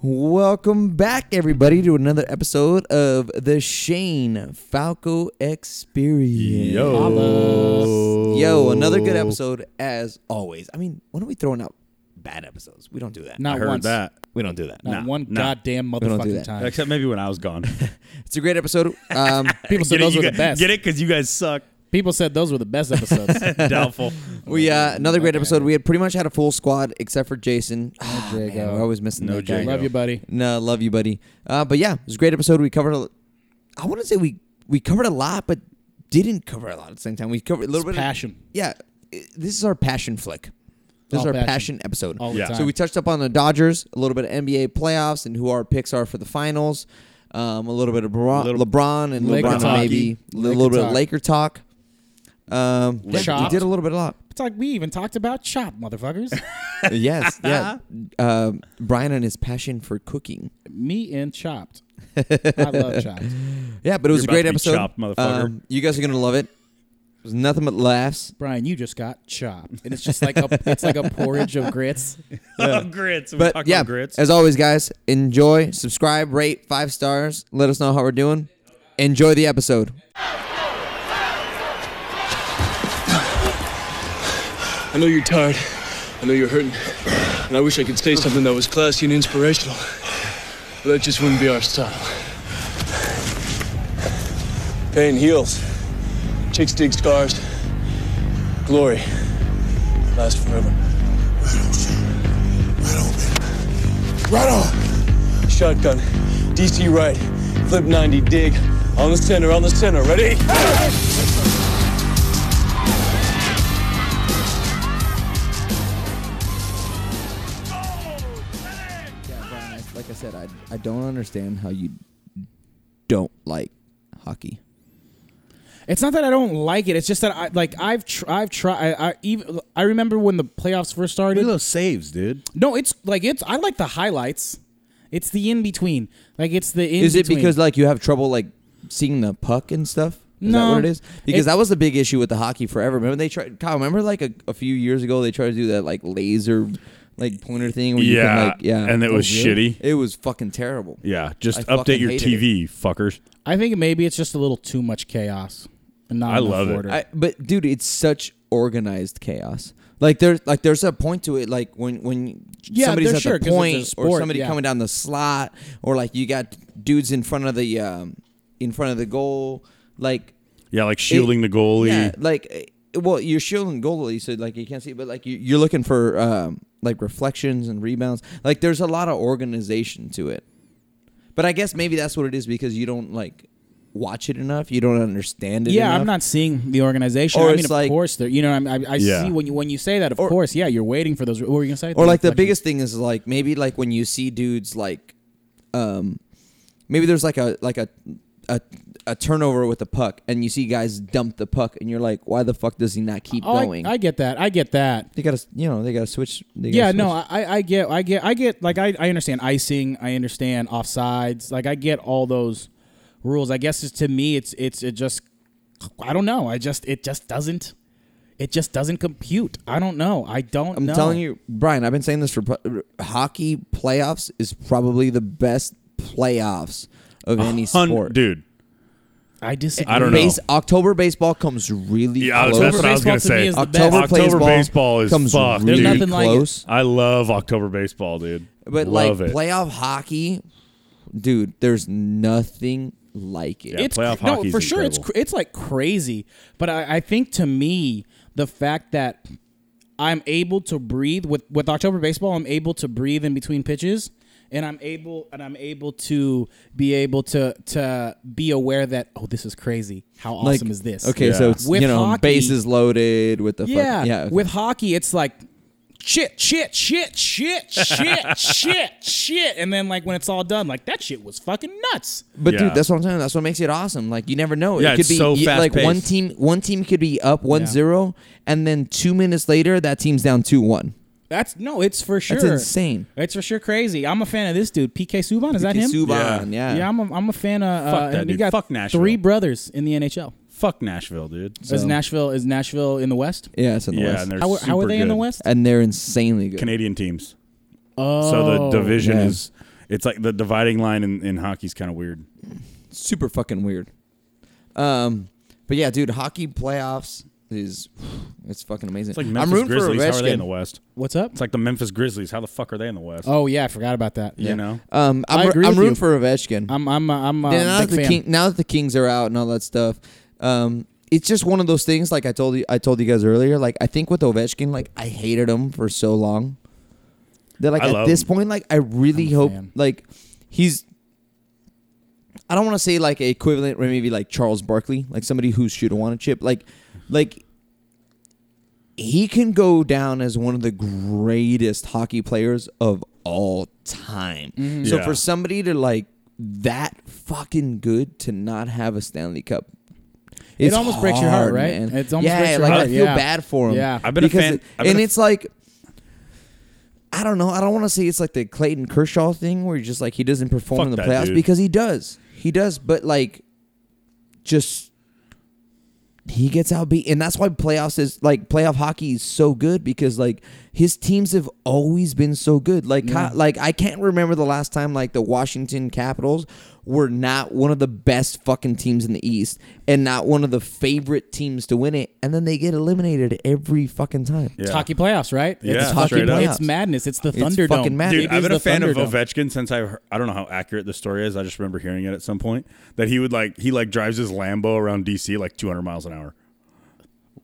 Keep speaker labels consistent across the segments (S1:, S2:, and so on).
S1: Welcome back, everybody, to another episode of the Shane Falco Experience.
S2: Holla.
S1: Yo, another good episode as always. I mean, when are we throwing out bad episodes? We don't do that.
S2: Not
S3: I heard
S2: once.
S3: that.
S1: we don't do that.
S2: Not
S3: Nah,
S2: one
S3: nah.
S2: goddamn
S1: don't do
S2: motherfucking
S1: that.
S2: time.
S3: Except maybe when I was gone.
S1: It's a great episode. Um,
S2: People said those
S3: you
S2: were the
S3: guys-
S2: best.
S3: Get it? Because you guys suck.
S2: People said those were the best episodes.
S3: Doubtful.
S1: we uh, another great episode. We had pretty much had a full squad except for Jason. Ah,
S2: Jago.
S1: man, we're always missing
S3: No
S1: that guy.
S3: Jago.
S2: Love you, buddy.
S1: No, love you, buddy. Uh, but yeah, it was a great episode. We covered. A, I want to say we we covered a lot, but didn't cover a lot at the same time. We covered a little bit. of-
S2: Passion
S1: yeah, i- this is our passion flick. This is
S2: All
S1: our passion,
S2: passion.
S1: episode.
S2: all
S3: Yeah.
S2: the time.
S1: So we touched up on the Dodgers, a little bit of NBA playoffs, and who our picks are for the finals. Um, a little bit of Bra-
S3: Little-
S1: LeBron and
S2: Laker
S1: LeBron
S2: talk.
S1: maybe a
S2: Laker
S1: little bit of
S2: talk.
S1: Laker talk. Um, yeah, we
S2: Chopped.
S1: did a little bit of lot.
S2: it's like we even talked about chop, motherfuckers.
S1: yes, yeah.
S3: Uh-huh.
S1: Um Brian and his passion for cooking.
S2: Me and chopped. I love chopped.
S1: Yeah, but it was
S3: You're
S1: a great
S3: about to be
S1: episode. Um,
S3: chopped, motherfucker.
S1: you guys are gonna love it. There's nothing but laughs.
S2: Brian, you just got chopped, and it's just like a, it's like a porridge of grits.
S3: grits. We
S1: But
S3: talk
S1: yeah,
S3: about grits.
S1: as always, guys, enjoy, subscribe, rate five stars. Let us know how we're doing. Enjoy the episode.
S4: I know you're tired. I know you're hurting. And I wish I could say something that was classy and inspirational. But that just wouldn't be our style. Pain heals. Chicks dig scars. Glory lasts forever. Right on, Right on. Shotgun. DC right. Flip 90. Dig. On the center. On the center. Ready?
S1: Yeah, Brian, I- like I said, I, I don't understand how you don't like hockey.
S2: It's not that I don't like it. It's just that I like I've tr- I've tried. I, I even I remember when the playoffs first started.
S3: those saves, dude.
S2: No, it's like it's. I like the highlights. It's the in between. Like it's the in.
S1: Is it because like you have trouble like seeing the puck and stuff? Is that what
S2: No.
S1: it is? Because
S2: It-
S1: that was the big issue with the hockey forever. Remember they tried Kyle, remember like a, a few years ago they tried to do that like laser like pointer thing where you
S3: Yeah,
S1: can like yeah
S3: and it was shitty.
S1: It was fucking terrible.
S3: Yeah, just
S1: I fucking
S3: update your
S1: hated
S3: TV, fuckers.
S2: I think maybe it's just a little too much chaos. And not
S3: I
S2: enough
S3: love it.
S2: order.
S1: I, but dude, it's such organized chaos. Like there's like there's a point to it. Like when when
S2: Yeah,
S1: somebody's
S2: there-
S1: at
S2: sure,
S1: the
S2: 'cause it's a
S1: point, or
S2: sport,
S1: somebody
S2: yeah.
S1: coming down the slot, or like you got dudes in front of the um, in front of the goal. Like
S3: Yeah, like shielding the goalie.
S1: yeah, like eh, well, you're shielding goalie, so like you can't see, but like you, you're looking for um, like reflections and rebounds. Like there's a lot of organization to it. But I guess maybe that's what it is because you don't like watch it enough. You don't understand it.
S2: yeah,
S1: enough.
S2: I'm not seeing the organization.
S1: Or
S2: I mean,
S1: it's
S2: of
S1: like-
S2: course, there. You know, I, I, I
S3: Yeah.
S2: see when you when you say that. Of
S1: Or-
S2: course, yeah, you're waiting for those. What were you gonna say?
S1: or like the
S2: reflections.
S1: biggest thing is like maybe like when you see dudes like um maybe there's like a like a a, a turnover with the puck and you see guys dump the puck and you're like why the fuck does he not keep
S2: Oh, I-
S1: going
S2: I get that. I get that.
S1: they gotta you know they gotta switch they gotta
S2: yeah
S1: switch.
S2: no I, I get i get i get like I, I understand icing i understand offsides like i get all those rules i guess it's, to me it's it's it just i don't know i just it just doesn't it just doesn't compute i don't know i don't
S1: i'm
S2: know
S1: telling you brian i've been saying this for pro- hockey playoffs is probably the best playoffs of any
S3: Hun-
S1: sport
S3: Dude,
S2: i disagree
S3: I don't know.
S1: Base, october baseball comes really
S3: yeah,
S1: close.
S3: that's what I was
S2: Baseball
S3: going
S2: to
S3: to say.
S2: me is the best.
S1: October,
S3: October
S1: baseball,
S3: baseball is
S1: comes
S3: fucked,
S1: really
S2: There's nothing like it.
S1: close.
S3: I love October baseball, dude.
S1: But
S3: love
S1: like
S3: it.
S1: playoff hockey, dude, there's nothing like it.
S3: Yeah,
S2: it's
S3: playoff
S2: cr- no
S3: hockey's
S2: for sure. It's
S3: incredible.
S2: cr- it's like crazy, but I, I think to me the fact that I'm able to breathe with with October baseball, I'm able to breathe in between pitches, and I'm able and I'm able to be able to to be aware that oh this is crazy. How
S1: like,
S2: awesome is this?
S1: Okay,
S3: Yeah.
S1: so it's,
S2: With
S1: you know
S2: hockey-
S1: bases loaded with the
S2: yeah,
S1: fucking, yeah okay.
S2: With hockey, it's like. Shit, shit, shit, shit, shit, shit, shit. And then, like, when it's all done, like, that shit was fucking nuts.
S1: But
S3: Yeah.
S1: dude, that's what I'm saying. That's what makes it awesome. Like you never know. it
S3: Yeah,
S1: could
S3: it's
S1: be
S3: so
S1: you- like
S3: fast-paced.
S1: one team one team could be up 1-0 and then 2 minutes later that team's down 2-1.
S2: That's no, it's for sure.
S1: insane.
S2: It's for sure crazy. I'm a fan of this dude, PK Subban. Is that him?
S1: Subban, yeah.
S2: Yeah, I'm a, I'm a fan of.
S3: Fuck
S2: uh,
S3: that
S2: and we
S3: dude.
S2: got
S3: Fuck Nashville.
S2: three brothers in the NHL.
S3: Fuck Nashville, dude.
S2: Is Nashville is Nashville in the West?
S1: Yeah, it's in the
S3: Yeah,
S1: West. And
S3: and they're
S2: How,
S3: super
S2: how are they in the
S3: good.
S2: West?
S1: they're, insanely good.
S3: Canadian teams.
S2: Oh,
S3: So the division
S1: yeah.
S3: is It's like the dividing line in, in hockey's kind of weird.
S1: super fucking weird. Um, but yeah, dude, hockey playoffs is it's fucking amazing.
S3: It's like
S1: I'm
S3: Memphis
S1: rooting
S3: Grizzlies.
S1: for
S3: How are they in the
S1: Ovechkin.
S3: West?
S2: What's up?
S3: It's like the Memphis Grizzlies. How the fuck are they in the West?
S2: Oh yeah, I forgot about that.
S3: you know.
S1: Um,
S2: I
S1: I'm,
S2: agree
S1: I'm
S2: with
S1: rooting
S2: you.
S1: for Ovechkin.
S2: I'm I'm uh, I'm uh,
S1: Yeah, now,
S2: big
S1: that the
S2: fan.
S1: King, now that the Kings are out and all that stuff, um, it's just one of those things. Like I told you, I told you guys earlier. Like I think with Ovechkin, like I hated him for so long. That like
S3: I
S1: at
S3: love
S1: this
S3: him.
S1: point, like I really
S2: I'm a
S1: hope
S2: fan.
S1: like he's. I don't want to say like a equivalent, or maybe like Charles Barkley, like somebody who should want a chip, like, like. He can go down as one of the greatest hockey players of all time.
S2: Mm-hmm.
S1: So
S3: Yeah.
S1: for somebody to like that fucking good to not have a Stanley Cup.
S2: It
S1: it's
S2: almost breaks your heart,
S1: hard,
S2: right?
S1: Man.
S2: It's almost
S1: yeah,
S2: breaks your
S1: like I
S2: heart,
S1: feel
S2: yeah.
S1: bad for him.
S2: Yeah.
S3: I've been a
S1: because
S3: fan-
S1: it-
S3: I've been
S1: and
S3: a-
S1: it's like I don't know. I don't want to say it's like the Clayton Kershaw thing where you're just like he doesn't perform
S3: Fuck
S1: in the
S3: that
S1: playoffs
S3: dude.
S1: because he does. He does, but like just he gets outbeat, and that's why playoffs is like playoff hockey is so good because like his teams have always been so good. Like
S2: Yeah.
S1: Ky- like I can't remember the last time like the Washington Capitals were not one of the best fucking teams in the East and not one of the favorite teams to win it, and then they get eliminated every fucking time.
S3: Yeah.
S2: It's hockey playoffs, right?
S3: Yeah,
S2: it's
S3: It's
S1: hockey
S2: fucking
S1: playoffs.
S2: It's madness. It's the
S1: It's
S2: Thunderdome.
S1: fucking madness.
S3: Dude,
S2: It
S3: I've
S2: is
S3: been a
S2: the
S3: fan of
S2: Thunderdome.
S3: Ovechkin since I heard, I don't know how accurate the story is. I just remember hearing it at some point that he would like he like drives his Lambo around DC like 200 miles an hour.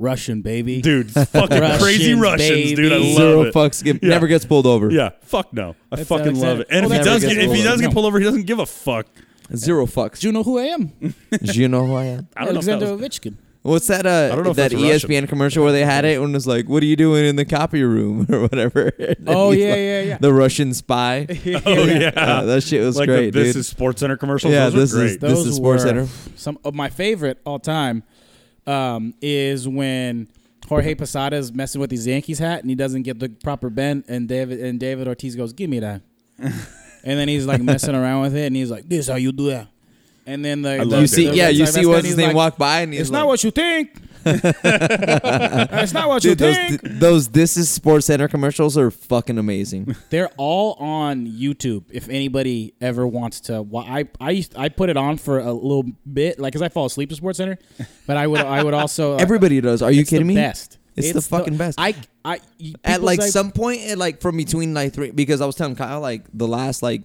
S2: Russian baby.
S3: Dude, it's fucking crazy
S2: Russians,
S3: Russians, dude. I
S2: baby.
S3: love
S1: Zero
S3: it.
S1: fucks give,
S3: Yeah.
S1: never gets pulled over.
S3: Yeah, fuck no. I
S2: That's
S3: fucking love
S2: Alexander-
S3: it. And
S2: Oh,
S3: if he
S1: that's
S3: does get
S1: Alexander
S3: if he
S1: Pullman.
S3: does get
S2: No.
S3: pulled over, he doesn't give a fuck.
S1: Zero fucks.
S2: Do you know who I am?
S1: Do you know who I am?
S3: I don't
S2: Alexander
S3: know. If that was,
S2: Ovechkin.
S1: What's that? Uh,
S3: I don't know if
S1: that
S3: that's Russian.
S1: ESPN commercial where they had it and it was like, "What are you doing in the copy room or whatever?" And
S2: Oh,
S1: he's
S2: yeah,
S1: like,
S2: yeah, yeah.
S1: The Russian spy.
S3: oh yeah,
S1: Uh, that shit was
S3: like
S1: great,
S3: the, this
S1: dude.
S3: is Sports Center commercials.
S1: Yeah,
S3: Yeah,
S1: this
S3: Those
S1: is-
S3: are great.
S1: This is Sports
S2: were
S1: Center.
S2: Some of my favorite all time um, is when Jorge Posada is messing with his Yankees hat and he doesn't get the proper bend, and David and David Ortiz goes, "Give me that," and then he's like messing around with it, and he's like, "This how you do that." And then the,
S3: love
S2: the-
S3: it.
S1: you see,
S2: the-
S1: yeah,
S2: the
S1: you
S2: side
S1: see
S2: by
S1: what's
S2: side,
S1: his
S2: he's
S1: name
S2: like,
S1: walk by, and he's
S2: It's
S1: like,
S2: not what you think. it's not what
S1: Dude,
S2: you
S1: those
S2: think.
S1: those this is Sports Center commercials are fucking amazing.
S2: They're all on YouTube. If anybody ever wants to, wa- I I used, I put it on for a little bit, like because I fall asleep at Sports Center, but I would I would also uh,
S1: Everybody does. Are you
S2: it's
S1: kidding
S2: the
S1: me?
S2: Best.
S1: It's the fucking best.
S2: I I you-
S1: At
S2: people
S1: like
S2: say-
S1: some point, at like from between like three, because I was telling Kyle like the last like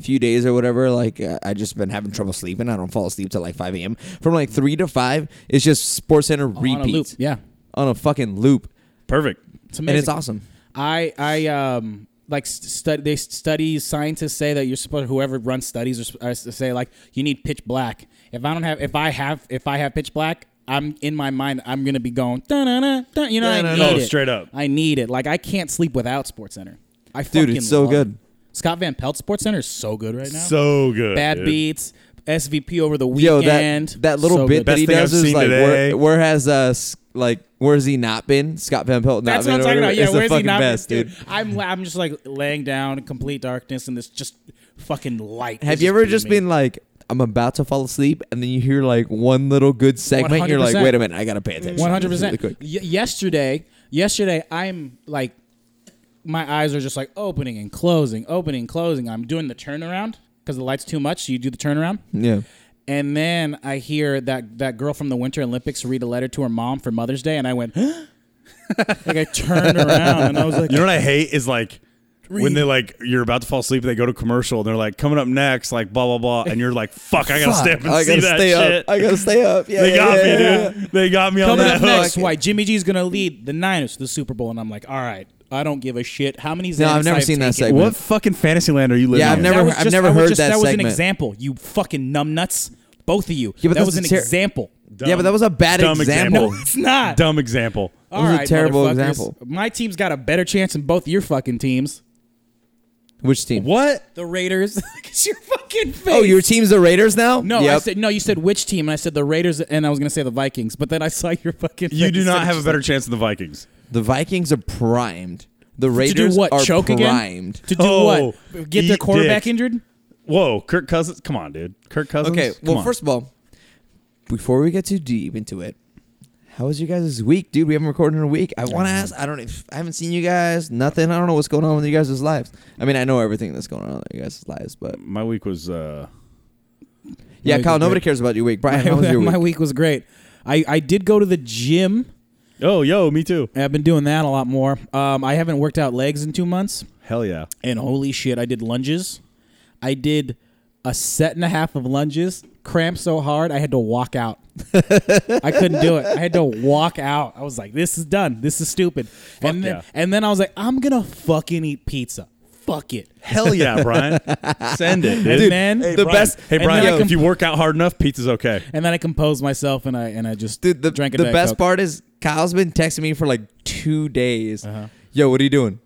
S1: few days or whatever, like uh, I just been having trouble sleeping. I don't fall asleep till like five a.m. From like three to five, it's just Sports Center
S2: on a loop.
S1: repeats
S2: Yeah,
S1: on a fucking loop,
S3: Perfect.
S2: it's
S1: and
S2: amazing.
S1: it's awesome.
S2: I I um like study they study scientists say that you're supposed whoever runs studies are, sp- are s- say like you need pitch black. If I don't have if I have if I have pitch black, I'm in my mind I'm gonna be going dun dun dun. You know I
S1: Dun-dun-dun.
S2: need
S3: Oh,
S2: it.
S3: straight up.
S2: I need it. Like I can't sleep without Sports Center. I
S1: Dude,
S2: fucking
S1: it's so
S2: love
S1: good.
S2: it. Scott Van Pelt Sports Center is so good right now.
S3: So good.
S2: Bad
S3: dude.
S2: beats. SVP over the
S1: Yo,
S2: weekend.
S1: that that little
S2: So
S1: bit
S2: good.
S1: that he
S3: Best thing
S1: does
S3: I've
S1: is
S3: seen
S1: like
S3: today.
S1: where, where has uh s- like where has he not been? Scott Van Pelt. Not
S2: That's
S1: been
S2: what I'm
S1: or
S2: talking
S1: whatever.
S2: about. Yeah,
S1: It's the
S2: where's he
S1: fucking
S2: not?
S1: best,
S2: dude?
S1: dude.
S2: I'm I'm just like laying down in complete darkness and this just fucking light.
S1: Have
S2: is
S1: you ever
S2: beaming.
S1: just been like, I'm about to fall asleep, and then you hear like one little good segment, and you're like,
S2: 100%.
S1: wait a minute, I gotta pay attention. to this
S2: One hundred
S1: really
S2: percent.
S1: quick."
S2: Yesterday, yesterday, I'm like, my eyes are just like opening and closing, opening and closing. I'm doing the turnaround because the light's too much. So you do the turnaround,
S1: Yeah.
S2: and then I hear that that girl from the Winter Olympics read a letter to her mom for Mother's Day, and I went, like I turned around and I was like,
S3: You know what I hate is like when they like you're about to fall asleep and they go to commercial and they're like coming up next like blah blah blah and you're like fuck I gotta
S1: Fuck,
S3: stay up and
S1: I
S3: see
S1: gotta
S3: that
S1: stay
S3: shit.
S1: up. I gotta stay up. Yeah,
S3: they
S1: yeah,
S3: got
S1: yeah,
S3: me,
S1: yeah.
S3: dude. They got me on
S2: Coming
S3: that
S2: up next,
S3: hook.
S2: why Jimmy G's gonna lead the Niners to the Super Bowl, and I'm like, all right, I don't give a shit. How many?
S1: No, I've
S2: Xanax
S1: never seen that
S2: taken.
S1: segment.
S3: What fucking fantasy land are you living?
S1: Yeah, I've
S3: in?
S1: never-
S2: That was
S1: I've
S2: just-
S1: never
S2: I was
S1: heard
S2: just-
S1: that
S2: That was an
S1: segment.
S2: example. You fucking numbnuts, both of you.
S1: Yeah, but
S2: that
S1: that's
S2: was
S1: a
S2: an
S1: ter-
S2: example.
S1: Yeah, but that was a bad
S3: Dumb
S1: example.
S3: example.
S2: It's not.
S3: dumb example.
S2: All
S1: was a
S2: right,
S1: terrible
S2: motherfuckers.
S1: example.
S2: My team's got a better chance than both your fucking teams.
S1: Which team?
S3: What?
S2: The Raiders. Look at your fucking face.
S1: Oh, your team's the Raiders now?
S2: No, I
S1: Yep.
S2: said no. You said which team, and I said the Raiders, and I was gonna say the Vikings, but then I saw your fucking.
S3: You do
S2: face.
S3: not have a
S2: Just
S3: better
S2: like,
S3: chance than the Vikings.
S1: the Vikings are primed. The
S2: to do
S1: Raiders
S2: what?
S1: are
S2: Choke
S1: primed.
S2: again? To do
S3: Oh,
S2: what? Get
S3: eat
S2: their quarterback
S3: dick.
S2: injured?
S3: Whoa, Kirk Cousins. Come on, dude. Kirk Cousins.
S1: Okay,
S3: Come
S1: well,
S3: on.
S1: first of all, before we get too deep into it, How was your guys' week, dude? We haven't recorded in a week. I want to ask. I don't. if- I haven't seen you guys. Nothing. I don't know what's going on with you guys' lives. I mean, I know everything that's going on with you guys' lives, but
S3: My week was uh,
S1: yeah,
S2: My
S1: Kyle.
S2: week-
S1: Nobody cares about your week. Brian,
S2: my,
S1: how was your
S2: my
S1: week?
S2: week was great. I, I did go to the gym.
S3: oh yo, me too.
S2: I've been doing that a lot more. Um, I haven't worked out legs in two months,
S3: Hell yeah.
S2: and holy shit, I did lunges. I did a set and a half of lunges. Cramped so hard, I had to walk out. I couldn't do it. I had to walk out. I was like, "This is done. This is stupid." and then,
S3: yeah.
S2: and then I was like, "I'm gonna fucking eat pizza. Fuck it."
S3: Hell yeah, Brian. Send it,
S2: And
S3: dude.
S2: then
S1: hey,
S3: the
S1: Brian.
S3: best. Hey
S2: And
S3: Brian,
S2: then I
S3: if
S2: comp-
S3: you work out hard enough, pizza's okay.
S2: and then I composed myself, and I and I just
S1: Dude, the,
S2: drank a
S1: the
S2: Diet
S1: best
S2: Coke.
S1: part is Kyle's been texting me for like two days.
S2: Uh-huh.
S1: Yo, what are you doing?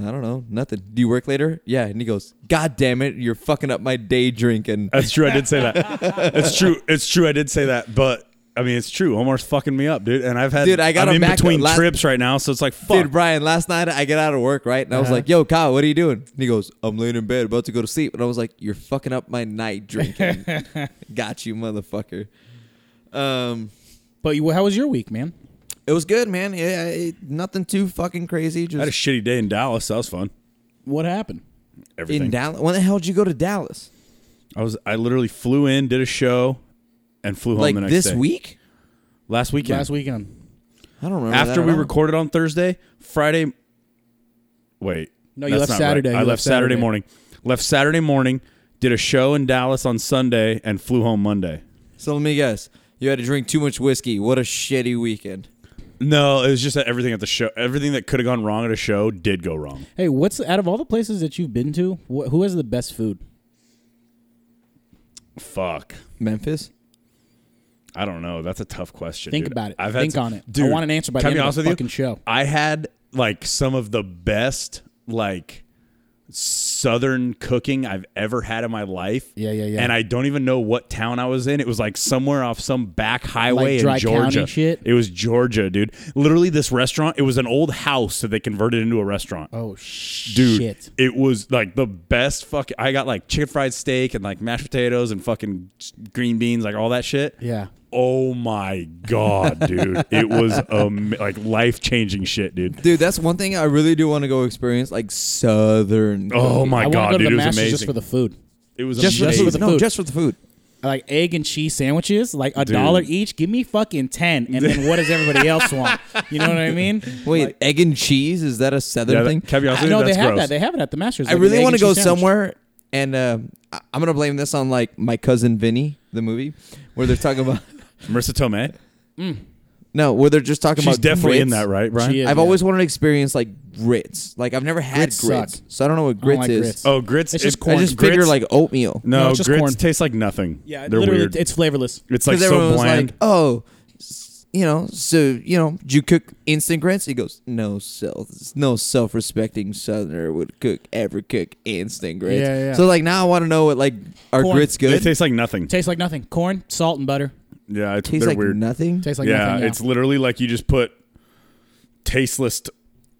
S1: I don't know. Nothing. Do you work later? Yeah. And he goes, God damn it, you're fucking up my day drinking.
S3: That's true. I did say that. It's true. It's true. I did say that. But I mean, it's true. Omar's fucking me up, dude. And I've had.
S1: Dude, I got
S3: I'm
S1: him
S3: in
S1: back
S3: between
S1: last-
S3: trips right now, so it's like fuck.
S1: Dude, Brian, last night I get out of work, right? And I was
S2: Uh-huh.
S1: like, yo, Kyle, what are you doing? And he goes, I'm laying in bed, about to go to sleep. And I was like, you're fucking up my night drinking. Got you, motherfucker. Um,
S2: But you, how was your week, man?
S1: it was good, man. Yeah, it- nothing too fucking crazy.
S3: I had a
S1: Just
S3: shitty day in Dallas. That was fun.
S2: What happened?
S3: Everything.
S1: in Dallas. When the hell did you go to Dallas?
S3: I was. I literally flew in, did a show, and flew home
S1: Like
S3: the next
S1: this
S3: day.
S1: week?
S3: Last weekend.
S2: Last weekend.
S1: I don't remember. that
S3: After
S1: at
S3: we
S1: all.
S3: recorded on Thursday, Friday. Wait.
S2: No, you
S3: that's
S2: left
S3: not
S2: Saturday.
S3: right.
S2: You
S3: I
S2: left
S3: left Saturday,
S2: Saturday.
S3: morning. Left Saturday morning. Did a show in Dallas on Sunday and flew home Monday.
S1: So let me guess. You had to drink too much whiskey. What a shitty weekend.
S3: No, it was just that everything at the show, everything that could have gone wrong at a show did go wrong.
S2: Hey, what's out of all the places that you've been to? Wh- who has the best food?
S3: Fuck.
S1: Memphis?
S3: I don't know. That's a tough question.
S2: Think
S3: dude.
S2: about it.
S3: I've
S2: Think
S3: had,
S2: on it. I want an answer by
S3: can I
S2: the
S3: be
S2: end of
S3: honest
S2: the
S3: with you?
S2: fucking show.
S3: I had like some of the best like southern cooking I've ever had in my life.
S2: Yeah, yeah, yeah.
S3: And I don't even know what town I was in. It was like somewhere off some back highway
S2: dry
S3: in
S2: county
S3: Georgia.
S2: shit?
S3: It was Georgia, dude. Literally, this restaurant. It was an old house that they converted into a restaurant
S2: Oh
S3: dude
S2: shit!
S3: it was like the best fuck i got like chicken fried steak and like mashed potatoes and fucking green beans like all that shit
S2: Yeah.
S3: oh my god dude it was um like life-changing shit dude
S1: Dude, that's one thing I really do want to go experience, like Southern.
S3: oh my
S2: I want
S3: god
S2: to go to
S3: dude
S2: the
S3: it was
S2: Masters
S3: amazing
S2: just for the food.
S3: it was
S1: just for the
S3: amazing.
S1: food.
S2: the
S1: No,
S2: food.
S1: just for the food.
S2: Like egg and cheese sandwiches, like a dollar each. Give me fucking ten, and then what does everybody else want? You know what I mean?
S1: Wait, egg and cheese? Is that a Southern
S3: yeah,
S1: thing?
S3: that, can I be honest
S2: I
S3: with you?
S2: know they
S3: That's
S2: have
S3: gross.
S2: that. They have it at the Masters.
S1: I really want to go somewhere, and uh, I- I'm gonna blame this on like my cousin Vinny, the movie, where they're talking about
S3: marissa tomei
S1: no, where they're just talking
S3: she's
S1: about.
S3: definitely in
S1: grits.
S3: that right Brian?
S2: She is.
S1: I've
S2: Yeah.
S1: always wanted to experience like grits. Like I've never had
S2: Grits
S1: grits,
S2: suck.
S1: so I don't know what
S2: I don't
S1: grits
S2: like
S1: is.
S2: grits.
S3: oh grits
S2: It's just
S3: it-
S2: corn.
S1: I just
S3: grits-
S1: figure like oatmeal.
S3: no,
S2: No, it's just
S3: grits
S2: corn.
S3: taste like nothing
S2: Yeah,
S3: they're
S2: literally,
S3: weird
S2: it's flavorless.
S3: it's like
S1: Because
S3: so
S1: everyone was
S3: bland
S1: like, oh, s- you know, so you know, do you cook instant grits? He goes, no self, no self-respecting Southerner would cook ever cook instant grits.
S2: Yeah, yeah.
S1: So like now I want to know what like are
S2: Corn.
S1: grits
S3: they
S1: good?
S3: taste like nothing
S2: Tastes like nothing. Corn, salt, and butter.
S3: yeah it's,
S1: Tastes
S3: they're
S1: like
S3: weird
S1: nothing.
S2: Tastes like
S3: yeah,
S2: nothing. Yeah,
S3: it's literally like you just put tasteless,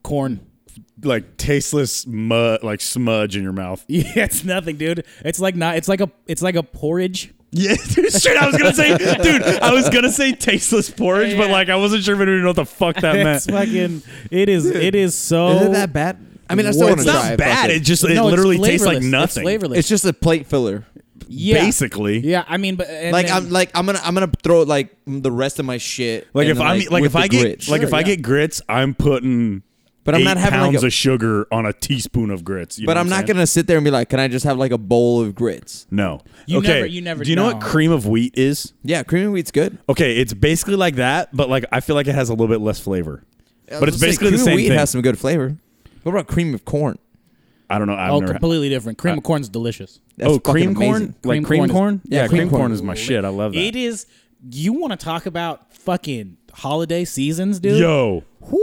S2: corn.
S3: like tasteless mud, like smudge in your mouth.
S2: Yeah, it's nothing, dude. It's like not. It's like a. It's like a porridge.
S3: Yeah, dude, straight. I was gonna say, dude, I was gonna say tasteless porridge, but
S2: Yeah.
S3: like I wasn't sure if anyone knew what the fuck that meant.
S2: It's fucking. It is. It is so.
S1: Is it that bad? I mean, I still
S2: What-
S1: want to
S3: Oh. It's
S2: wanna
S1: try.
S3: not bad.
S1: fucking-
S3: It just it
S2: No, it's
S3: literally tastes like
S2: flavorless. It's
S3: nothing.
S2: flavorless.
S1: It's just a plate filler.
S2: yeah.
S3: Basically,
S2: Yeah, I mean, but and
S1: Like
S2: then-
S1: I'm like I'm gonna I'm gonna throw like the rest of my shit.
S3: Like
S1: in,
S3: if I'm like
S1: with
S3: if
S1: the
S3: I get
S1: grits.
S3: like
S2: Sure,
S3: if I
S2: yeah.
S3: get grits, I'm putting.
S1: But I'm
S3: eight
S1: not having, like,
S3: pounds
S1: a-
S3: of sugar on a teaspoon of grits. you
S1: but
S3: know
S1: I'm
S3: what
S1: not
S3: saying?
S1: gonna sit there and be like, can I just have like a bowl of grits?
S3: No.
S2: You
S3: okay.
S2: never- you never
S3: Do you know what
S2: know.
S3: cream of wheat is?
S1: Yeah, cream of wheat's good.
S3: Okay, it's basically like that, but like I feel like it has a little bit less flavor. But it's
S1: Let's say
S3: basically
S1: cream
S3: the
S1: of
S3: same
S1: wheat
S3: thing.
S1: has some good flavor. What about cream of corn?
S3: I don't know. I've
S2: oh,
S3: never Uh,
S2: completely different. Cream of corn's delicious.
S1: That's
S3: oh, cream
S1: fucking amazing.
S3: corn, like
S2: Cream
S3: cream
S2: corn is-
S3: corn.
S1: yeah,
S3: yeah, cream
S1: cream
S3: corn
S1: corn.
S3: is my shit. I love
S2: It
S3: that.
S2: is. You want to talk about fucking holiday seasons, dude?
S3: Yo,
S2: Whoo,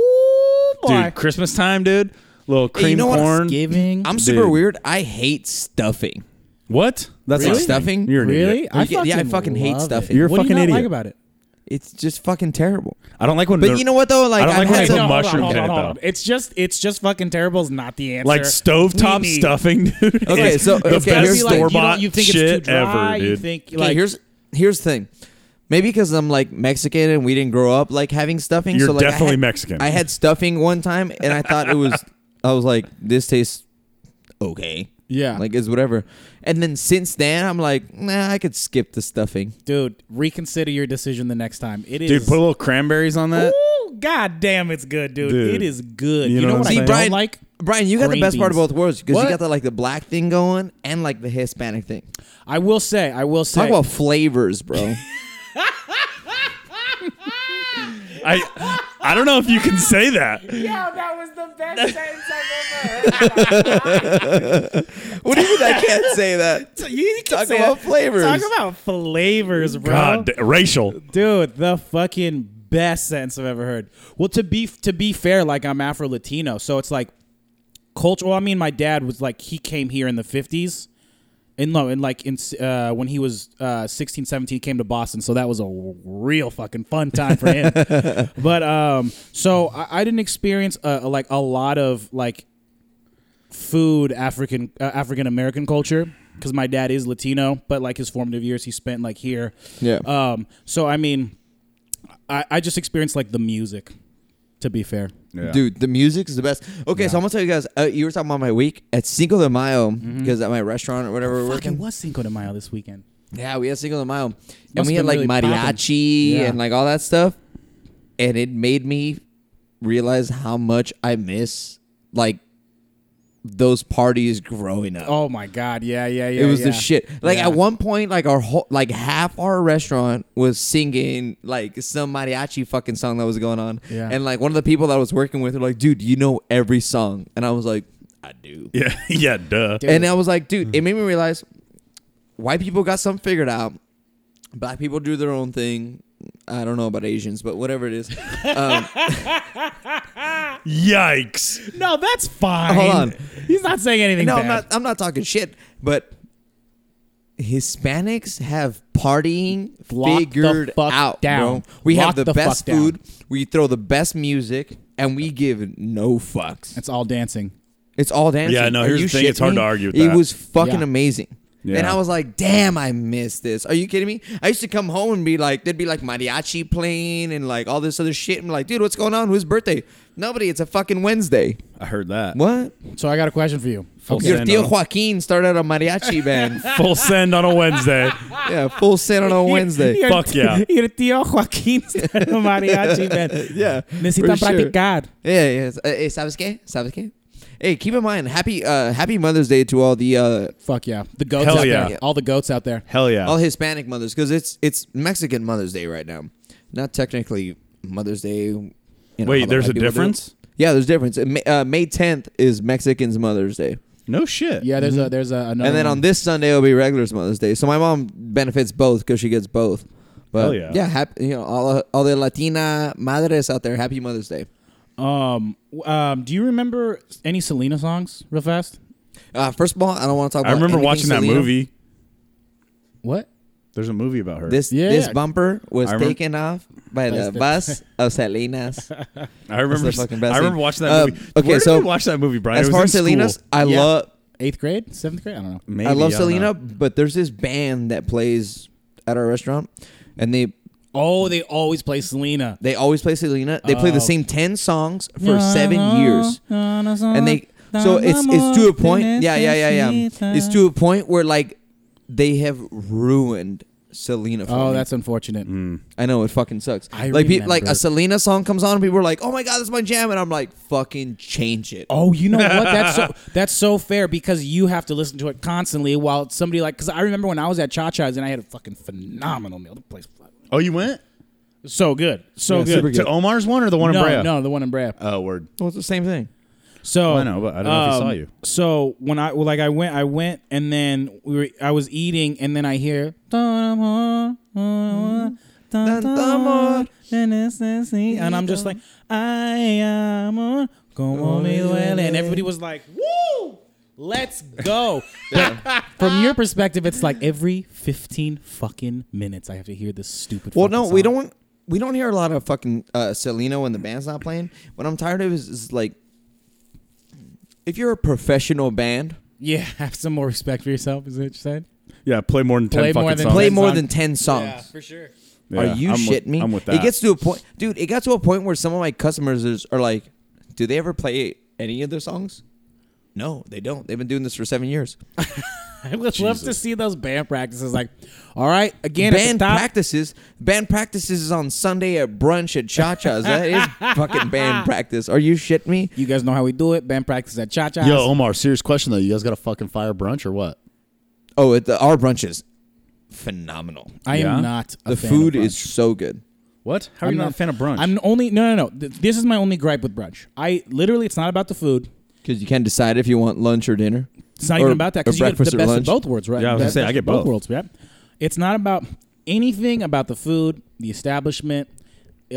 S2: boy.
S3: dude, Christmas time, dude. Little cream
S1: you know what?
S3: corn.
S2: Thanksgiving.
S1: I'm super
S3: Dude.
S1: weird. I hate stuffing.
S3: What? That's
S1: Like
S3: not
S1: stuffing?
S3: You're an
S2: really.
S3: idiot.
S1: You get- yeah, I fucking hate
S2: love it.
S1: stuffing. You're
S3: a
S2: what do
S3: fucking
S2: you not Like
S3: idiot.
S2: about it.
S1: It's just fucking terrible.
S3: I don't like when.
S1: But
S3: they're-
S1: you know what though? Like
S3: I don't
S1: I've
S3: like when
S1: had
S3: they
S1: some-
S3: put
S2: hold on,
S3: mushroom
S2: hold
S3: in
S2: on,
S3: it,
S2: hold on.
S3: though.
S2: It's just it's just fucking terrible is not the answer.
S3: like stovetop
S2: We need-
S3: stuffing, dude.
S1: Okay,
S3: is
S1: so-
S3: the
S1: okay,
S3: best
S1: here's-
S2: It'd be like,
S3: store
S2: you don't-
S3: bought
S2: you think
S3: shit
S2: it's too dry,
S3: ever,
S2: You
S3: dude.
S2: think
S1: Okay,
S2: like
S1: here's here's the thing. Maybe because I'm like Mexican and we didn't grow up like having stuffing.
S3: You're
S1: so, like, I
S3: definitely
S1: had-
S3: Mexican.
S1: I had stuffing one time and I thought it was. I was like, this tastes okay.
S2: Yeah.
S1: Like it's whatever. And then since then, I'm like, nah, I could skip the stuffing.
S2: Dude, reconsider your decision the next time. It is.
S3: Dude, put a little cranberries on that.
S2: Ooh, god damn, it's good, dude.
S3: Dude.
S2: It is good.
S3: You
S2: You,
S3: know
S2: know,
S3: what
S2: what
S3: I'm
S2: I
S3: saying?
S1: Brian,
S2: don't like?
S1: Brian, you got the
S2: Green
S1: best part of
S2: beans.
S1: both worlds because
S2: What?
S1: you got the like the black thing going and like the Hispanic thing.
S2: I will say, I will say.
S1: Talk about flavors, bro.
S3: I I don't know if you can say that.
S2: that was the best sentence I've ever
S1: what do you mean I can't say that?
S2: heard. you can
S1: Talk
S2: say
S1: about
S2: that.
S1: flavors.
S2: Talk about flavors, bro.
S3: God, da- racial.
S2: dude the fucking best sentence i've ever heard well to be to be fair like i'm afro-latino so it's like culture well i mean my dad was like he came here in the 50s and no and like in uh, when he was uh, 16 17 he came to boston so that was a real fucking fun time for him but um so i, I didn't experience uh, like a lot of like food African uh, African American culture because my dad is Latino, but like his formative years he spent like here.
S1: Yeah.
S2: Um. So I mean, I I just experienced like the music. To be fair,
S3: Yeah.
S1: Dude, the music's the best. Okay, so I'm gonna tell you guys. Uh, you were talking about my week at Cinco de Mayo because at my restaurant or whatever we're
S2: Mm-hmm. fucking
S1: working.
S2: was Cinco de Mayo this weekend.
S1: Yeah, we had Cinco de Mayo, and
S2: Must've
S1: we had
S2: been
S1: like
S2: really poppin'.
S1: mariachi
S2: Yeah.
S1: and like all that stuff, and it made me realize how much I miss like those parties growing up.
S2: Oh my god! Yeah, yeah, yeah.
S1: it was
S2: yeah.
S1: the shit. Like
S2: Yeah.
S1: at one point, like our whole, like half our restaurant was singing like some mariachi fucking song that was going on.
S2: Yeah.
S1: And like one of the people that I was working with were like, "Dude, you know every song," and I was like, "I do."
S3: Yeah, yeah, duh.
S1: And I was like,
S2: Mm.
S1: "Dude," it made me realize white people got something figured out. Black people do their own thing. I don't know about Asians, but whatever it is.
S3: Yikes.
S2: No, that's fine.
S1: Hold on.
S2: He's not saying anything.
S1: no,
S2: bad.
S1: I'm not. I'm not talking shit. But Hispanics have partying
S2: Lock the
S1: figured
S2: fuck
S1: out,
S2: down.
S1: bro. We
S2: Lock
S1: have the,
S2: the
S1: best
S2: fuck down.
S1: food. We throw the best music, and we give no fucks.
S2: It's all dancing.
S1: It's all dancing.
S3: Yeah, no,
S1: Are
S3: here's
S1: you
S3: the thing, it's
S1: shitting
S3: hard
S1: me?
S3: to argue with
S1: It
S3: that.
S1: was fucking
S2: Yeah.
S1: amazing. And
S3: Yeah.
S1: I was like, damn, I missed this. Are you kidding me? I used to come home and be like, there'd be like mariachi playing and like all this other shit. I'm like, dude, what's going on? Whose birthday? Nobody. It's a fucking Wednesday.
S3: I heard that.
S1: What?
S2: So I got a question for you.
S3: Full
S1: Your
S3: send
S1: tío
S3: on
S1: Joaquin started a mariachi band.
S3: a, full send on a Wednesday.
S1: yeah, full set on a Wednesday.
S2: Your-
S3: Fuck yeah.
S2: Your tío Joaquin's mariachi man.
S1: Yeah,
S2: Necesita
S1: for sure.
S2: practicar.
S1: Yeah, yeah. Uh, Hey, sabes qué? Sabes qué? Hey, keep in mind, happy uh, happy Mother's Day to all the uh,
S2: Fuck yeah. The goats
S3: Hell
S2: out
S3: yeah.
S2: there. All the goats out there.
S3: Hell yeah.
S1: all Hispanic mothers because it's it's Mexican Mother's Day right now. Not technically Mother's Day. you know,
S3: Wait,
S1: how the
S3: there's
S1: white
S3: a
S1: people do it.
S3: difference?
S1: Yeah, there's a difference. Uh, May, uh, May 10th is Mexicans Mother's Day,
S3: no shit.
S2: Yeah, there's a there's a another
S1: Mm-hmm. and then
S3: Oh.
S1: on this Sunday it'll be regulars Mother's Day. So my mom benefits both because she gets both. But
S3: Hell yeah.
S1: yeah, happy, you know all all the Latina madres out there, happy Mother's Day.
S2: um w- um do you remember any Selena songs real fast?
S1: Uh, first of all, I don't want to talk.
S3: I
S1: about
S3: remember
S1: anything
S3: watching that
S1: Selena.
S3: movie.
S2: What?
S3: There's a movie about her.
S1: This
S2: Yeah,
S1: this
S2: yeah.
S1: bumper was
S3: I remember-
S1: taken off by the bus of Selena's.
S3: I remember.
S1: the fucking best
S3: I remember
S1: thing.
S3: watching that
S1: Uh,
S3: movie.
S1: okay,
S3: Where did
S1: so
S3: we watch that movie, Brian? It
S1: As
S3: was
S1: far
S3: in
S1: as Selena's,
S3: school.
S1: I
S2: Yeah.
S1: love
S2: Eighth grade? Seventh grade? I don't know.
S3: Maybe,
S1: I love
S3: don't
S1: Selena,
S3: know.
S1: but there's this band that plays at our restaurant, and they
S2: Oh, they always play Selena.
S1: they always play Selena. They play the same ten songs for
S2: Uh-huh.
S1: seven years.
S2: And
S1: and they so it's it's to a point yeah yeah yeah yeah it's to a point where like they have ruined selena for
S2: Oh,
S1: me.
S2: that's unfortunate.
S1: i know it fucking sucks
S2: I
S1: like pe- like a
S2: remember.
S1: selena song comes on and people are like oh my god that's my jam and i'm like fucking change it
S2: Oh, you know what? That's so that's so fair because you have to listen to it constantly while somebody like because I remember when I was at Cha Cha's and I had a fucking phenomenal meal. The place was
S3: Oh, you went Oh,
S2: so good, so
S1: Yeah,
S2: good.
S1: super
S3: to Omar's one or the one in
S2: no,
S3: Brea?
S2: no, the one in Brea.
S3: Oh, word.
S1: well, it's the same thing
S2: So um,
S3: I know, but I don't know if he saw you.
S2: So when I well, like I went, I went, and then we were, I was eating, and then I hear. And I'm just like, I am a- como me duele. And everybody was like, woo, let's go. But from your perspective, it's like every 15 fucking minutes I have to hear this stupid
S1: well
S2: fucking
S1: no we
S2: song.
S1: don't we don't hear a lot of fucking uh, selena when the band's not playing what i'm tired of is, is like if you're a professional band
S2: Yeah, have some more respect for yourself, is what you're saying?
S3: Yeah, play more than ten
S2: Play more
S3: fucking
S2: than-
S3: songs.
S1: play
S2: Ten
S1: more
S2: songs.
S1: than 10 songs
S2: for sure.
S1: Are
S3: Yeah,
S1: you
S3: I'm
S1: shitting
S3: with-
S1: me?
S3: I'm with
S1: It
S3: that.
S1: gets to a point, dude. It got to a point where some of my customers is, are like, "Do they ever play any of their songs?" No, they don't. They've been doing this for seven years.
S2: I would love to see those band practices. Like, all right, again, at the
S1: band
S2: top-
S1: practices. Band practices is on Sunday at brunch at Cha Cha's. That is fucking band practice. Are you shitting me?
S2: You guys know how we do it. Band practice at Cha Cha's.
S5: Yo,
S3: oh
S5: Omar, serious question though. You guys got a fucking fire brunch or what?
S1: Oh, it, our brunch is phenomenal.
S2: I am
S3: Yeah.
S2: not. A
S1: The
S2: fan
S1: food
S2: of brunch.
S1: is so good.
S3: What? How are
S2: I'm
S3: you not, a fan of brunch?
S2: I'm only no no no. Th- This is my only gripe with brunch. I literally, it's not about the food.
S1: Because you can decide if you want lunch or dinner.
S2: It's not
S1: Or-
S2: even about that
S1: or
S2: because you get the
S1: breakfast or
S2: best of
S1: lunch.
S2: both worlds, right?
S3: Yeah, I was gonna
S2: Best-
S3: say, I
S2: best
S3: get
S2: of
S3: both.
S2: worlds. Yep. It's not about anything about the food, the establishment.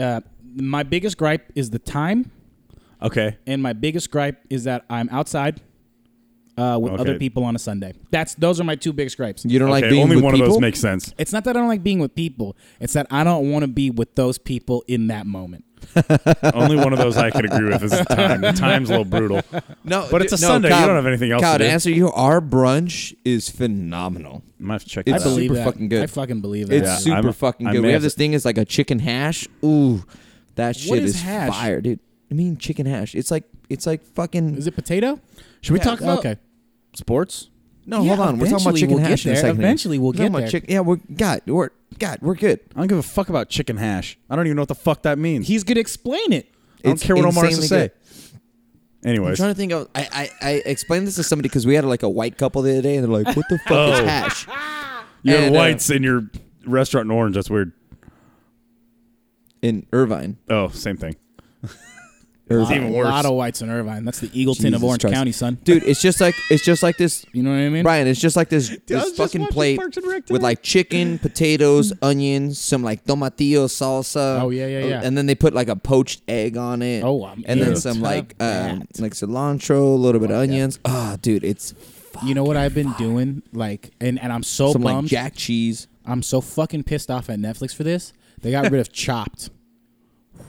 S2: Uh, my biggest gripe is the time,
S3: okay.
S2: and my biggest gripe is that I'm outside uh, with other
S3: Okay.
S2: people on a Sunday. That's those are my two biggest gripes.
S1: You don't like
S3: okay,
S1: being
S3: only
S1: with
S3: one
S1: people?
S3: of those makes sense.
S2: It's not that I don't like being with people. It's that I don't want to be with those people in that moment.
S3: only one of those I could agree with is the time. The time's a little brutal.
S1: No,
S3: But it's a
S1: no,
S3: Sunday, you
S1: Kyle-
S3: don't have anything else
S1: Kyle,
S3: to
S1: to,
S3: do.
S1: answer you, our brunch is phenomenal.
S3: I might have to check
S1: It's
S3: that
S2: I
S3: out.
S2: believe
S1: super
S2: that.
S1: fucking good.
S2: I fucking believe that.
S1: It's
S3: Yeah,
S1: super
S3: I'm-
S1: fucking
S3: I
S1: good.
S3: may
S1: We
S3: have
S1: have this
S3: to-
S1: thing. It's like a chicken hash. Ooh, that shit
S2: is
S1: is
S2: hash?
S1: fire, dude. I mean, chicken hash. It's like it's like fucking.
S2: Is it potato?
S5: Should we
S1: Yeah,
S5: talk about
S2: okay.
S5: sports?
S1: no,
S2: Yeah,
S1: hold on. We're talking about
S2: eventually
S1: chicken
S2: we'll
S1: hash
S2: get
S1: in a
S2: there.
S1: second. here.
S2: Eventually we'll
S1: We're talking
S2: get
S1: about
S2: there.
S1: chick- yeah, we're God. We're God. We're good.
S3: I don't give a fuck about chicken hash. I don't even know what the fuck that means.
S2: He's gonna explain it.
S3: I don't
S1: It's
S3: care what Omar has to
S1: insanely
S3: say.
S1: good. I'm
S3: Anyways,
S1: trying to think of. I, I, I explained this to somebody because we had like a white couple the other day, and they're like, "What the fuck is
S3: Oh.
S1: hash?"
S3: you have
S1: and, uh,
S3: whites in your restaurant in Orange. That's weird.
S1: In Irvine,
S3: Oh, same thing.
S1: Irvine.
S3: even
S2: A
S3: worse.
S2: lot of whites in Irvine. That's the Eagleton of
S1: Jesus
S2: Orange
S1: Christ.
S2: County, son.
S1: dude. It's just like it's just like this.
S2: You know what I mean?
S1: Brian, it's just like this,
S3: was
S1: this
S3: just
S1: fucking
S3: watching
S1: plate
S3: Parks and Rec
S1: with
S3: today.
S1: like chicken, potatoes, onions, some like tomatillo salsa.
S2: Oh, yeah, yeah, yeah.
S1: And then they put like a poached egg on it.
S2: Oh, I'm
S1: and then
S2: into
S1: some like um,
S2: that.
S1: like cilantro, a little bit of
S2: like that.
S1: onions. Ah, dude, it's
S2: You know what I've been doing? Like, and, and I'm so
S1: some like
S2: bummed.
S1: jack cheese.
S2: I'm so fucking pissed off at Netflix for this. They got rid of Chopped.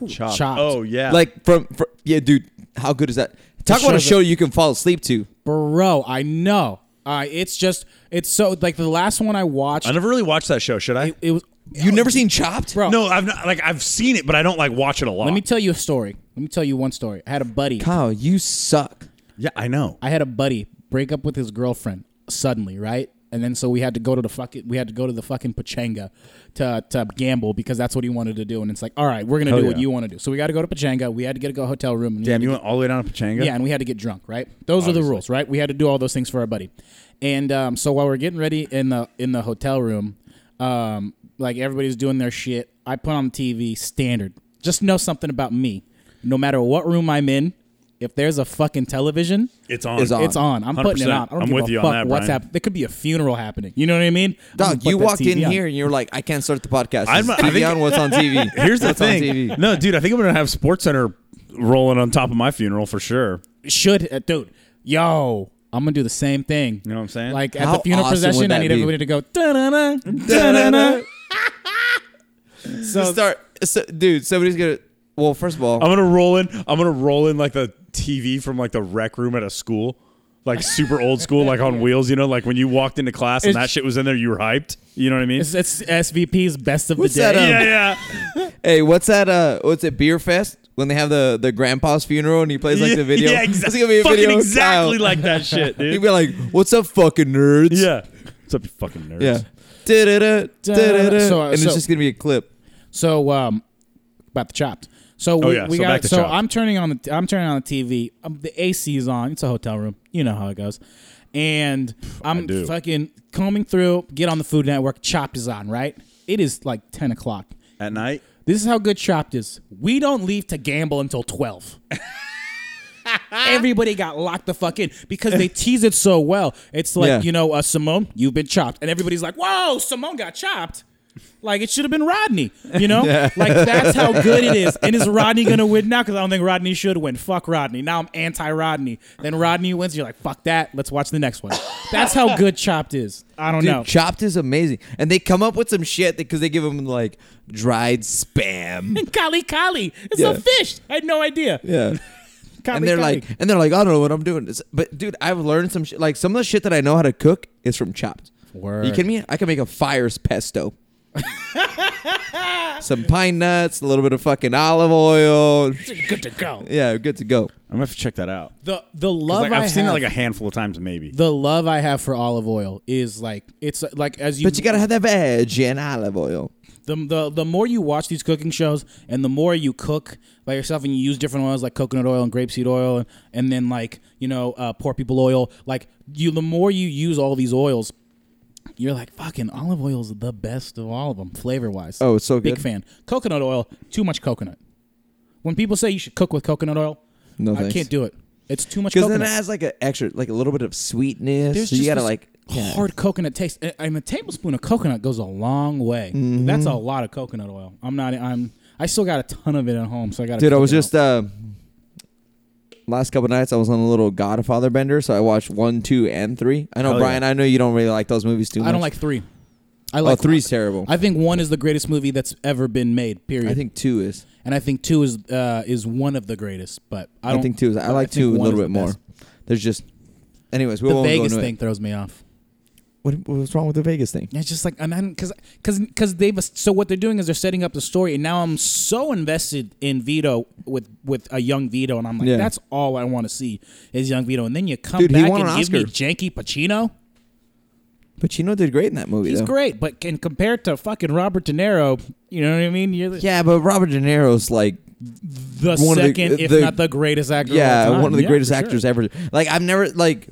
S3: Chopped.
S2: Chopped.
S3: Oh yeah.
S1: Like from, from yeah, dude, how good is that? Talk
S2: show
S1: about a
S2: that-
S1: show you can fall asleep to.
S2: Bro, I know. Uh, it's just, it's so, like, the last one I watched,
S3: I never really watched that show. Should I?
S2: it was,
S1: You've never seen Chopped,
S2: bro.
S3: no, I've not, like I've seen it, but I don't like watch it a lot.
S2: Let me tell you a story. Let me tell you one story. I had a buddy.
S1: Kyle, you suck.
S3: yeah, I know.
S2: I had a buddy break up with his girlfriend suddenly, right? And then so we had to go to the fucking we had to go to the fucking Pachanga to to gamble because that's what he wanted to do. And it's like, all right, we're gonna
S3: Hell
S2: do
S3: yeah.
S2: what you want to do. So we got to go to Pachanga. We had to get a hotel room. And we
S3: Damn,
S2: had to
S3: you went all the way down to Pachanga.
S2: yeah, and we had to get drunk, right? Those are the
S3: Obviously.
S2: rules, right? We had to do all those things for our buddy. And um, so while we're getting ready in the in the hotel room, um, like everybody's doing their shit, I put on TV standard. Just know something about me. No matter what room I'm in, if there's a fucking television,
S3: it's on.
S1: It's on.
S2: it's on. I'm putting
S3: 100%.
S2: it on. I don't
S3: I'm
S2: give
S3: with
S2: a
S3: you on
S2: fuck
S3: that,
S2: what's
S3: Brian.
S2: happening. There could be a funeral happening. You know what I mean? I'm gonna
S1: Dog,
S2: put
S1: you
S2: that
S1: walked in
S2: TV on.
S1: here and you're like, I can't start the podcast.
S3: I'm- I
S1: TV
S3: think-
S1: on what's on TV.
S3: Here's the
S1: What's on
S3: thing.
S1: TV?
S3: No, dude, I think I'm gonna have Sports Center rolling on top of my funeral for sure.
S2: Should uh, dude, yo. I'm gonna do the same thing. You
S3: know what I'm saying?
S2: Like at
S1: How
S2: the funeral
S1: awesome would
S2: procession, I
S1: that
S2: need
S1: be?
S2: everybody to go da-na-na, da-na-na. so
S1: Start, so, dude. Somebody's gonna. Well, first of all,
S3: I'm gonna roll in. I'm gonna roll in like the TV from like the rec room at a school, like super old school, like on wheels. You know, like when you walked into class and
S2: It's-
S3: that shit was in there, you were hyped. You know what I mean?
S2: It's, it's SVP's best of
S1: What's
S2: the day.
S1: that, um,
S3: Yeah, yeah.
S1: Hey, what's that? Uh, what's it? Beer fest when they have the the grandpa's funeral and he plays like the video.
S3: Yeah,
S1: It's
S3: exactly.
S1: gonna be a
S3: fucking
S1: video of
S3: exactly
S1: Kyle.
S3: like that shit,
S1: He'd
S3: dude.
S1: be like, "What's up, fucking nerds?"
S3: yeah. What's up, you fucking nerds?
S1: yeah. Da-da-da, da-da-da.
S2: So, uh,
S1: and
S2: so-
S1: it's just gonna be a clip.
S2: So um, about the chopped. So we,
S3: Oh, yeah.
S2: we
S3: So
S2: got
S3: back to
S2: so
S3: Chopped.
S2: I'm turning on the I'm turning on the TV. Um, the AC is on. It's a hotel room. You know how it goes. And I'm
S3: do.
S2: fucking combing through. Get on the Food Network. Chopped is on. Right. It is like ten o'clock.
S3: At night.
S2: This is how good Chopped is. We don't leave to gamble until 12. Everybody got locked the fuck in because they tease it so well. It's like,
S1: Yeah.
S2: you know, uh, Simone, you've been chopped. And everybody's like, whoa, Simone got chopped. Like, it should have been Rodney, you know? Like, that's how good it is. And is Rodney going to win now? Because I don't think Rodney should win. Fuck Rodney. Now I'm anti Rodney. Then Rodney wins. You're like, fuck that. Let's watch the next one. That's how good Chopped is. I don't
S1: Dude,
S2: know.
S1: Chopped is amazing, and they come up with some shit because they give them like dried spam.
S2: Kali Kali. It's
S1: Yeah.
S2: a fish. I had no idea.
S1: yeah.
S2: Kali
S1: and they're
S2: Kali.
S1: like, and they're like, I don't know what I'm doing. It's- but dude, I've learned some shit. Like some of the shit that I know how to cook is from Chopped.
S2: Word.
S1: You kidding me? I can make a fires pesto. some pine nuts, a little bit of fucking olive oil.
S2: Good to go.
S1: Yeah, good to go.
S3: I'm gonna have to check that out. 'Cause,
S2: The the love
S3: Like,
S2: I
S3: I've
S2: have,
S3: seen it like a handful of times, maybe.
S2: the love I have for olive oil is like it's like as you
S1: But you gotta have that veg and olive oil.
S2: the, the the more you watch these cooking shows and the more you cook by yourself and you use different oils like coconut oil and grapeseed oil and, and then like you know uh, poor people oil like you the more you use all these oils you're like fucking olive oil's the best of all of them flavor wise
S1: Oh, it's so
S2: big
S1: good.
S2: fan coconut oil too much coconut when people say you should cook with coconut oil
S1: No
S2: I
S1: thanks.
S2: can't do it it's too much
S1: Because
S2: coconut
S1: then it has like an extra, like a little bit of sweetness.
S2: there's
S1: so you
S2: just
S1: gotta
S2: this
S1: like yeah.
S2: hard coconut taste, and, and a tablespoon of coconut goes a long way.
S1: Mm-hmm.
S2: That's a lot of coconut oil. I'm not. I'm. I still got a ton of it at home, so I got.
S1: Dude, I was just uh, last couple nights I was on a little Godfather bender, so I watched one, two, and three. I know
S3: Hell
S1: Brian, I know you don't really like those movies too.
S2: I don't
S1: much.
S2: like three. I like
S1: oh, three's terrible. I,
S2: I think one is the greatest movie that's ever been made. Period.
S1: think two is.
S2: and I think two is uh, is one of the greatest, but I
S1: I,
S2: don't
S1: think two is. I
S2: but
S1: like
S2: think
S1: two a
S2: one
S1: little
S2: is
S1: bit
S2: the
S1: more.
S2: best.
S1: There's just. Anyways, we
S2: The
S1: won't
S2: Vegas
S1: go into
S2: thing
S1: It.
S2: throws me off.
S1: What, what's wrong with the Vegas thing?
S2: It's just like and because because because they've so what they're doing is they're setting up the story, and now I'm so invested in Vito with with a young Vito, and I'm like,
S1: Yeah.
S2: that's all I want to see is young Vito, and then you come
S1: Dude, he
S2: back
S1: won
S2: and
S1: an
S2: give me
S1: Oscar.
S2: janky Pacino.
S1: Pacino did great in that movie.
S2: He's
S1: though.
S2: great, but can compare to fucking Robert De Niro, you know what I mean? You're the,
S1: Yeah, but Robert De Niro's like
S2: the
S1: one of the-
S2: second, if
S1: the-
S2: not the greatest actor. of
S1: yeah,
S2: all time.
S1: one of the
S2: Yeah,
S1: greatest
S2: for sure.
S1: actors ever. Like I've never like